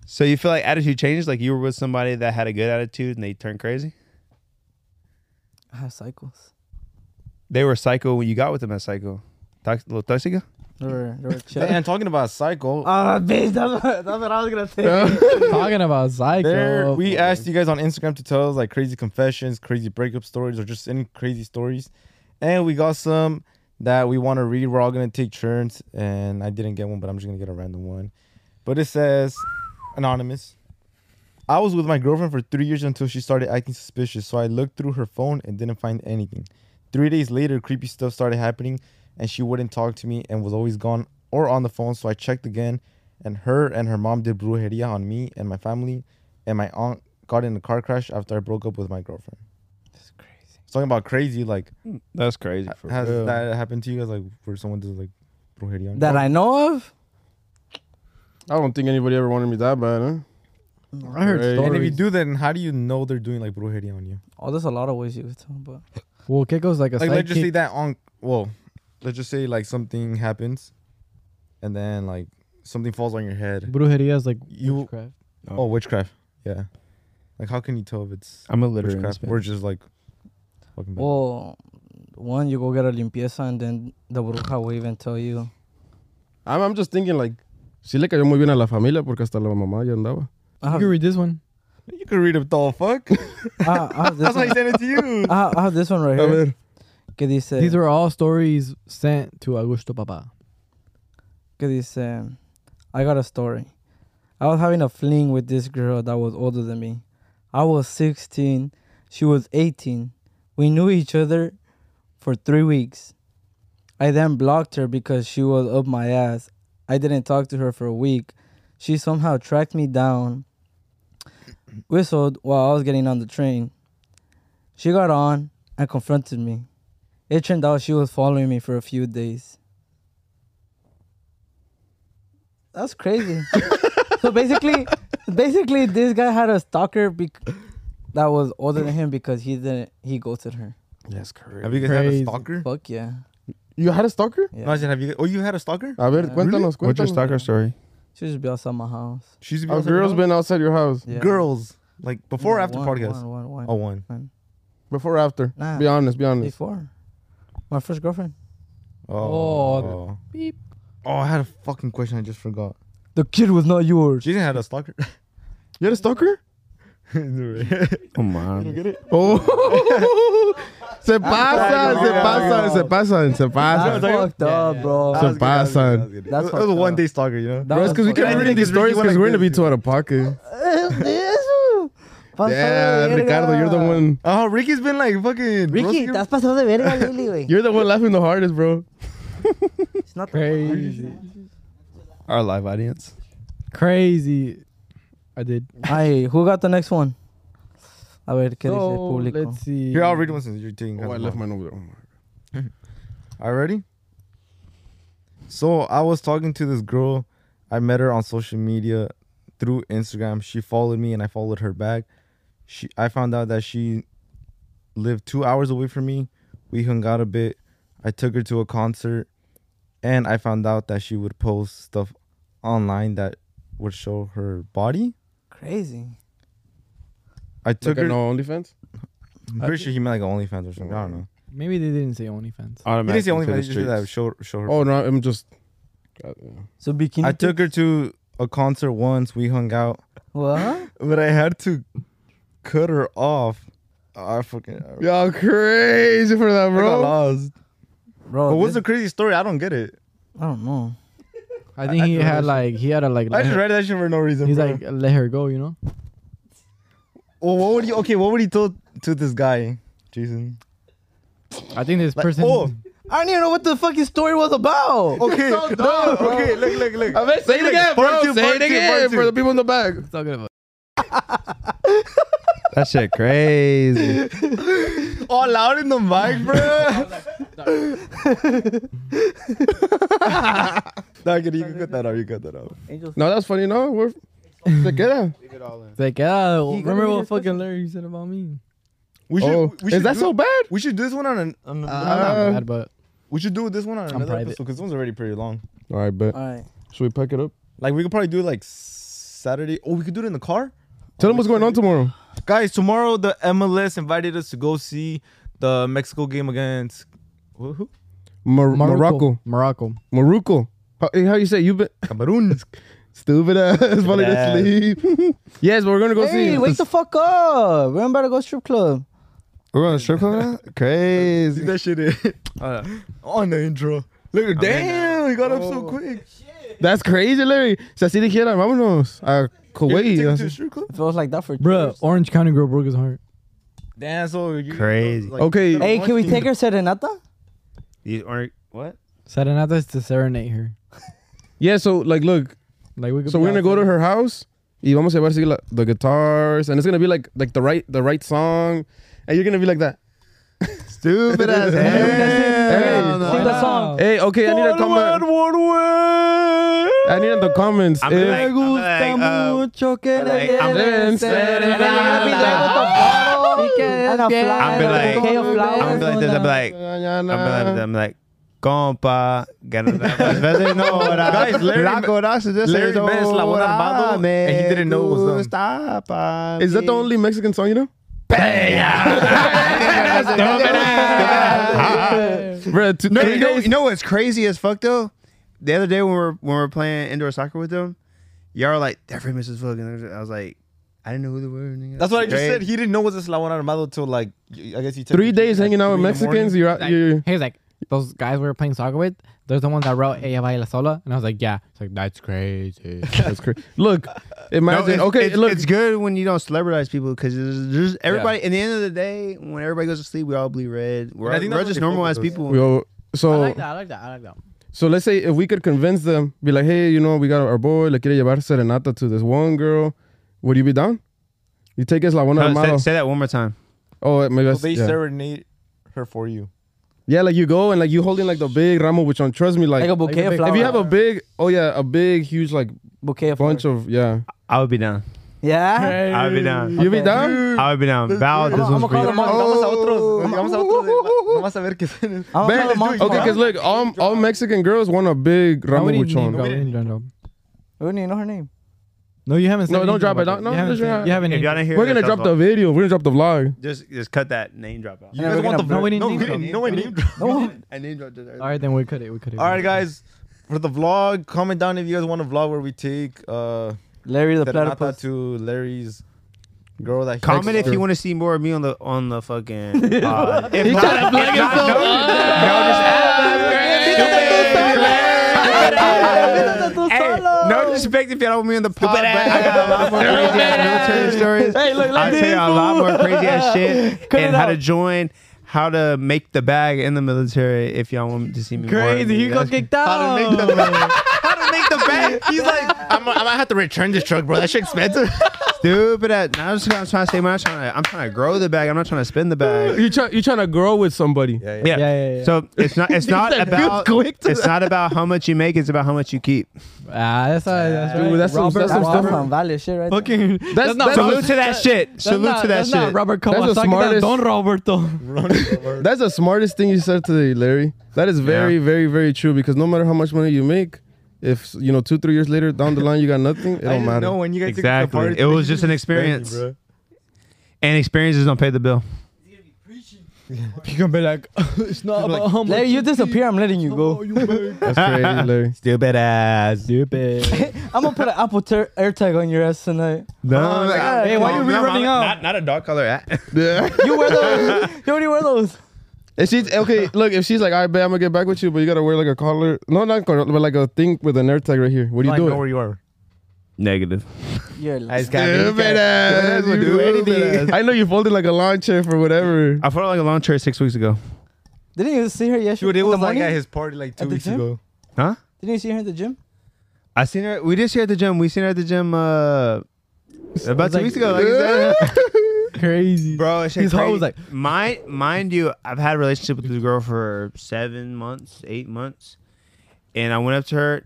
so you feel like attitude changed, like you were with somebody that had a good attitude and they turned crazy. I have cycles. They were psycho when you got with them as psycho. Tox- little toxica. They were, they were chill. and talking about psycho, Ah, bitch, that's what, that's what I was gonna say. Talking about psycho. there we asked you guys on Instagram to tell us like crazy confessions, crazy breakup stories, or just any crazy stories, and we got some that we want to read. We're all gonna take turns, and I didn't get one, but I'm just gonna get a random one. But it says anonymous. I was with my girlfriend for three years until she started acting suspicious. So I looked through her phone and didn't find anything. Three days later, creepy stuff started happening, and she wouldn't talk to me and was always gone or on the phone. So I checked again, and her and her mom did brujeria on me and my family, and my aunt got in a car crash after I broke up with my girlfriend. That's crazy. It's talking about crazy. Like, That's crazy. For has real. that happened to you guys? Like, where someone does like brujeria on you? That I know of. I don't think anybody ever wanted me that bad, huh? I heard Right. And if you stories. do, then how do you know they're doing like brujeria on you? Oh, there's a lot of ways you could tell, but Well, Keiko's like a like let's just say psychic. that on well let's just say like something happens and then like something falls on your head Brujeria is like You- witchcraft. oh witchcraft yeah like how can you tell if it's I'm illiterate. in witchcraft Spanish. or just like fucking bad? well, one you go get a limpieza and then the bruja will even tell you. I'm, I'm just thinking like, sí le cayó muy bien a la familia porque hasta la mamá ya andaba. Ah. I You have, can read this one. you can read it all fuck I, I have this that's why one. I sent it to you I have, I have this one right here. Que dice, These are all stories sent to Augusto Papa. que dice, I got a story. I was having a fling with this girl that was older than me. I was 16, she was 18. We knew each other for three weeks. I then blocked her because she was up my ass. I didn't talk to her for a week. She somehow tracked me down, whistled while I was getting on the train. She got on and confronted me. It turned out she was following me for a few days. That's crazy. so basically, basically, this guy had a stalker bec- that was older than him because he didn't he ghosted her. That's crazy. have you guys had a Crazy. stalker Fuck yeah. You had a stalker? yeah. no I said have you oh you had a stalker A ver, Yeah. cuéntanos, cuéntanos. What's your stalker story? She just be outside my house. she used to Oh, be Have outside your girls house? been outside your house? Yeah. girls like before or Yeah, after one, podcast One, one, one. oh one Before or after? Nah. Be honest, be honest. Before. My first girlfriend. oh, Oh, beep. oh I had a fucking question I just forgot The kid was not yours. she didn't have a stalker You had a stalker? Oh my. Oh. se pasa, sorry, se no. pasa, se pasa, se That's pasa. fucked up, bro. So- Some bad son. That's That's it was a fucked one up. day stalker, you know. That Bro, was it's because we fucked can't up. Eh, read these stories because we're going to be too out of pocket. Pasado de Yeah, verga. Ricardo, you're the one. Oh, Ricky's been like fucking. Ricky, roasting- te has pasado de verga, Lily, güey. You're the one laughing the hardest, bro. It's not the- Crazy. Our live audience. Crazy. I did. Ay, who got the next one? A ver, ¿qué dice So, el público? let's see. Here, I'll read one since you're taking. Oh, I left mine over there. All ready? So I was talking to this girl. I met her on social media through Instagram. She followed me, and I followed her back. She, I found out that she lived two hours away from me. We hung out a bit. I took her to a concert, and I found out that she would post stuff online that would show her body. Crazy. I took Took her. no OnlyFans? I'm pretty sure he meant like OnlyFans or something. I don't know. Maybe they didn't say OnlyFans. He didn't say Automatically OnlyFans. to He the just said that streets. show, show her. Oh, no, I'm just. So bikini. I took her to a concert once. We hung out, What? but I had to cut her off. I fucking I Y'all crazy for that, got bro. Oh, lost. Bro, But what's the this- crazy story? I don't get it. I don't know. I think he had like he had a like. I Let just her, read that shit for no reason. he's bro. like let her go, you know. well, what would you? Okay, what would he told to this guy, Jason? I think this Like, person. oh, I don't even know what the fucking story was about. Oh. okay, no, okay, look, look, look. I bet- Say it again, Part bro. two, Say part it two, again part two. for the people in the back. talking about. That shit crazy. all loud in the mic, bro. no, you can cut that out. You cut that out. No, that's funny. No, we're. Se queda. It's like yeah, gotta remember be what your fucking Larry said about me? We should. Oh, we should is that do, so bad? We should do this one on an. On an I'm not Uh, mad, but we should do this one on another private. episode because this one's already pretty long. All right, bet. All right. Should we pack it up? Like we could probably do it like Saturday. Oh, we could do it in the car, Tell them what's going on tomorrow. guys. Tomorrow the MLS invited us to go see the Mexico game against. Who? who? Mor- Morocco. Morocco, Morocco. Morocco. How, eh, how you say? You been Cameroon. stupid ass, falling asleep. yes, but we're gonna go Hey, see. wake the fuck up. We're about to go strip club. We're going to strip club now? See Crazy. that shit in. on the intro. Look, damn, he got up so quick. That's crazy, Larry. Si así dijera, vámonos a You take him to the Kuwait. strip club? If it was like that for Bro, Orange County girl broke his heart. Damn, so oh, you Crazy. Like, Okay. Hey, can we take her serenata? These aren't what? Serenata is to serenade her. Yeah, so like, look. Like we could So be we're gonna outside. go to her house. Y vamos a llevar así la, the guitars, and it's gonna be like like the right the right song, and you're gonna be like that. Stupid ass. Hey, Sing Hell no. Why the not? song. Hey, okay, I need a comment. I need in the comments. eh. Eh. I'm if- like- uh, I'm like, like, I'm- I'm like- I'm like this. I'm like, I'm like, I'm like, compa, las veces no hora. Guys, Larry- La coraza de Larry cerdo Benz, La Buena Armado, me and he didn't know it was them. gusta pa' is that the mí. only Mexican song you know? Bro, two, No, three you know, days- you know what's crazy as fuck though? The other day when we were when we were playing indoor soccer with them, y'all were like, "They're famous as fuck," and I was like, "I didn't know who they were." nigga." That's what I just Great. said. He didn't know was a Eslabon Armado till like y- I guess he took three it days at hanging out with three in the Mexicans. morning. You're out. You're, He was like, those guys we were playing soccer with, they're the ones that wrote Ella Baila Sola. And I was like, yeah. It's like, that's crazy. that's crazy. Look, No, imagine. it's, okay, it's, look. it's good when you don't celebritize people because there's, there's everybody. In the end of the day, when everybody goes to sleep, we all bleed red. We're, And I all, think we're that's just what they normal focus as on. people. we all- so that. I like that. I like that. so let's say if we could convince them, be like, hey, you know, we got our boy. Le quiere llevar serenata to this one girl. Would you be down? You take us la buena No, say, armado. say that one more time. oh, maybe So that's, they yeah. serenade her for you. yeah, like you go and like you holding like the big ramo, which on trust me, like, Like a bouquet of flowers. if you have a big, oh yeah, a big, huge like bouquet of bunch flowers. of yeah, I would be down. Yeah. I would be Uh, down. you be Okay. down? I would be down. Val, this one's I'ma for you. call him up. Vamos a otros. Vamos a otros. de- Vamos a ver qué. I'm Bet. gonna call the Okay, mom. because look, all, all Mexican girls want a big ramo buchon. We don't even know her name. No, you haven't. said No, don't anything drop it. about Don't- no, that. you haven't. just said- drop- you haven't If y'all didn't hear We're that, gonna that's drop the all. video. We're gonna drop the vlog. Just, just cut that name drop out. You we're guys want the gonna- no, we didn't no, need we to. didn't, no, we didn't. No. I name dropped it. All right, then we cut it. We cut it. All right, guys, for the vlog, comment down if you guys want a vlog where we take uh Larry the Serenata platypus. to Larry's girl that. he- Comment if Or- you want to see more of me on the on the fucking. pod. if He tried not, to if plug not, himself. no, no, just add- Stupid. Hey, no disrespect if y'all don't want me on the pod, but I got a lot more Stupid crazy ass ass. military stories. Hey, look, I'll like tell you this. a lot more crazy ass shit Cut and it how to out. join, how to make the bag in the military. If y'all want to see me, more. Crazy. He got That's- kicked out. how to make the bag? He's like, I'm, I'm gonna have to return this truck, bro. That shit expensive. Stupid. At, nah, I'm just I'm trying to save money. I'm trying to, I'm trying to grow the bag. I'm not trying to spend the bag. You try, you trying to grow with somebody. Yeah, yeah. Yeah. yeah, yeah. So it's not it's not about it's not about how much you make. It's about how much you keep. Ah, that's all. That's Dude, right. that's some- Robert- that's some That's stuff- Robert- some valid shit right there. Fucking. That's not. that's- Salute to that shit. That's Salute not, to that that's shit. Not Robert That's the Kawasaki. That's smartest- Don Roberto. That's the smartest thing you said today, Larry. That is very, Yeah. very, very true. Because no matter how much money you make, if you know two, three years later down the line you got nothing, it I don't didn't matter. know when you guys took us to Exactly. parties. It was just an Thank you, experience. bro. And experiences don't pay the bill. You can be like, it's not about how much Larry, you disappear. I'm letting you how go. you make. That's crazy, Larry. Stupid ass. Stupid. I'm gonna put an Apple ter- AirTag on your ass tonight. No, Oh, like, God. Hey, why No, you no, re-rubbing not- Not, up? not a dog color. app. yeah. You wear those? you already wear those? If she's okay, look, if she's like, I bet I'm gonna get back with you, but you gotta wear like a collar. No, not collar, but like a thing with an air tag right here. What are you I know doing? where you are. Negative. You're I like, just gotta be- Stupid ass, You you do anything. dumbass. I know you folded like a lawn chair for whatever. I fought like a long chair six weeks ago. didn't you see her yesterday? Dude, it in was the like morning? at his party like two At the weeks gym? ago. Huh? Didn't you see her in the gym? I seen her. We did see her at the gym. We seen her at the gym uh, about two like- weeks ago. Like you said. Crazy. Bro, it's His His hoe crazy. was like- mind, mind you, I've had a relationship with this girl for seven months, eight months, and I went up to her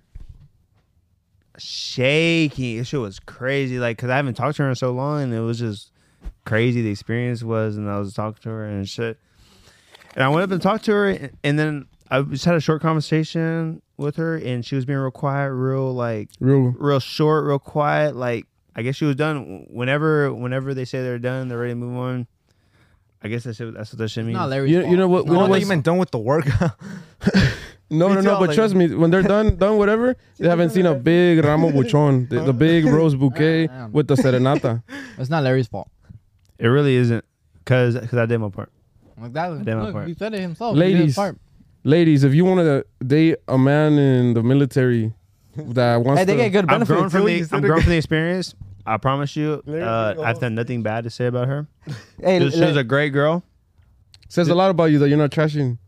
shaking. This shit was crazy, like because I haven't talked to her in so long, and it was just crazy. The experience was, and I was talking to her and shit, and I went up and talked to her, and, and then I just had a short conversation with her, and she was being real quiet, real like Real. real short, real quiet. Like I guess she was done. Whenever whenever they say they're done, they're ready to move on. I guess that's it, that's what that shit means. Not Larry's You, you know what? No, you know I thought what's- you meant done with the work. no, no, no. tell, But like- trust me, when they're done, done whatever, they haven't seen a big ramo buchon, the, the big rose bouquet Ah, damn. with the serenata. fault. It's not Larry's fault. It really isn't, cause cause I did my part. Like that. did my Look, part. he said it himself. He did his Ladies. part. Ladies, if you want to date a man in the military that wants Hey, they to, get good I'm benefits. grown from Really? the You said I'm it grown from the experience. I promise you, Larry, uh, go. I've done nothing bad to say about her. hey, She was, she was a like, great girl. says a lot about you that you're not trashing.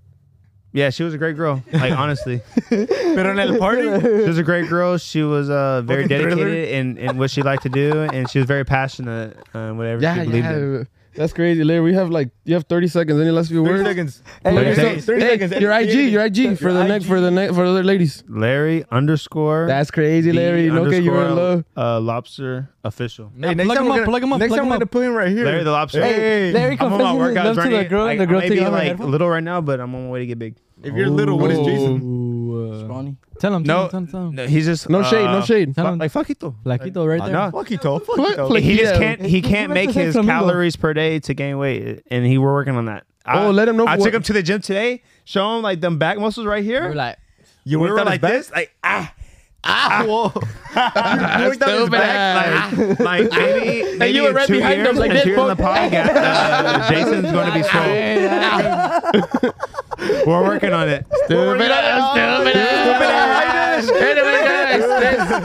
Yeah, she was a great girl. Like honestly, Pero en el party. she was a great girl. She was uh, very Fucking Thriller. dedicated in, in what she liked to do, and she was very passionate on whatever she believed in. That's crazy, Larry. We have like you have 30 seconds. Any last few Thirty words? seconds. Hey, Plug Thirty yourself. seconds. Thirty Hey, seconds. Your IG, Anything. your IG for Your the next for the next for the ladies. Larry underscore. That's crazy, the Larry. Okay, you were in underscore, love. Uh, lobster official. Now plug him we're up. gonna- plug him up. Next plug time him we're up. gonna put him right here. Larry the lobster. Hey, Larry I'm on confesses my his love workouts to right the now. girl and Like, the girl I may to be the other like headphone. little right now, but I'm on my way to get big. If you're little, what is Jason? Jason? Ronnie. Tell him. Tell No, him. Tell him. Tell him. no, he's just No shade, no uh, shade. Tell him. Like fuck it though. Flaquito right I there. know. Fuckito. Like, he just yeah. can't. He It's can't like make the his flamingo. calories per day to gain weight, and he we're working on that. I, Oh, let him know I for took what- him to the gym today. Show him like them back muscles right here. We're like, you we worked were on his like back? this, like ah. Ah, you worked on so his back, like, ah, like maybe, maybe you were in right two behind him, years, like since this, you're in the podcast, uh, Jason's going to be swole. We're working on it. Stupid ass, stupid ass. Anyway, guys,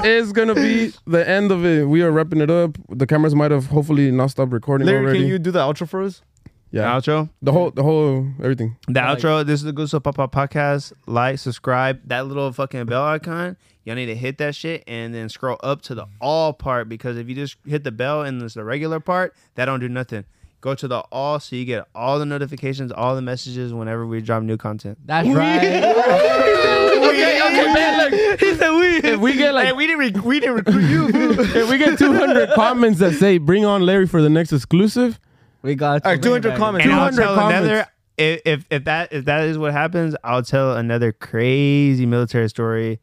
this is gonna be the end of it. We are wrapping it up. The cameras might have hopefully not stopped recording Larry, already. can you do the outro for us? The yeah, outro. the whole, the whole, everything. The outro. This is the Gusto Papa podcast. Like, subscribe. That little fucking bell icon. Y'all need to hit that shit and then scroll up to the all part because if you just hit the bell and it's the regular part, that don't do nothing. Go to the all so you get all the notifications, all the messages whenever we drop new content. that's right. Oh, Okay, okay, man, look. He said we. If we get like, we didn't re- we didn't recruit you. if we get 200 comments that say "Bring on Larry for the next exclusive," we got you. All right, 200 comments. and I'll 200 tell comments. another if, if if that if that is what happens, I'll tell another crazy military story.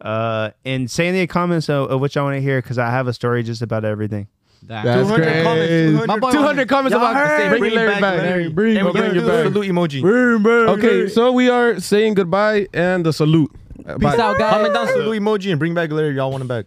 Uh, and say in the comments of, of what y'all want to hear because I have a story just about everything. Damn. That's 200 great. comments, 200 My boy 200 comments Y'all about heard. bring, Larry back. Larry. Bring, and we're bring gonna do it the back. salute emoji. Okay, so we are saying goodbye and the salute. Uh, Peace out, guys. Comment down salute emoji and bring back Larry. Y'all want him back.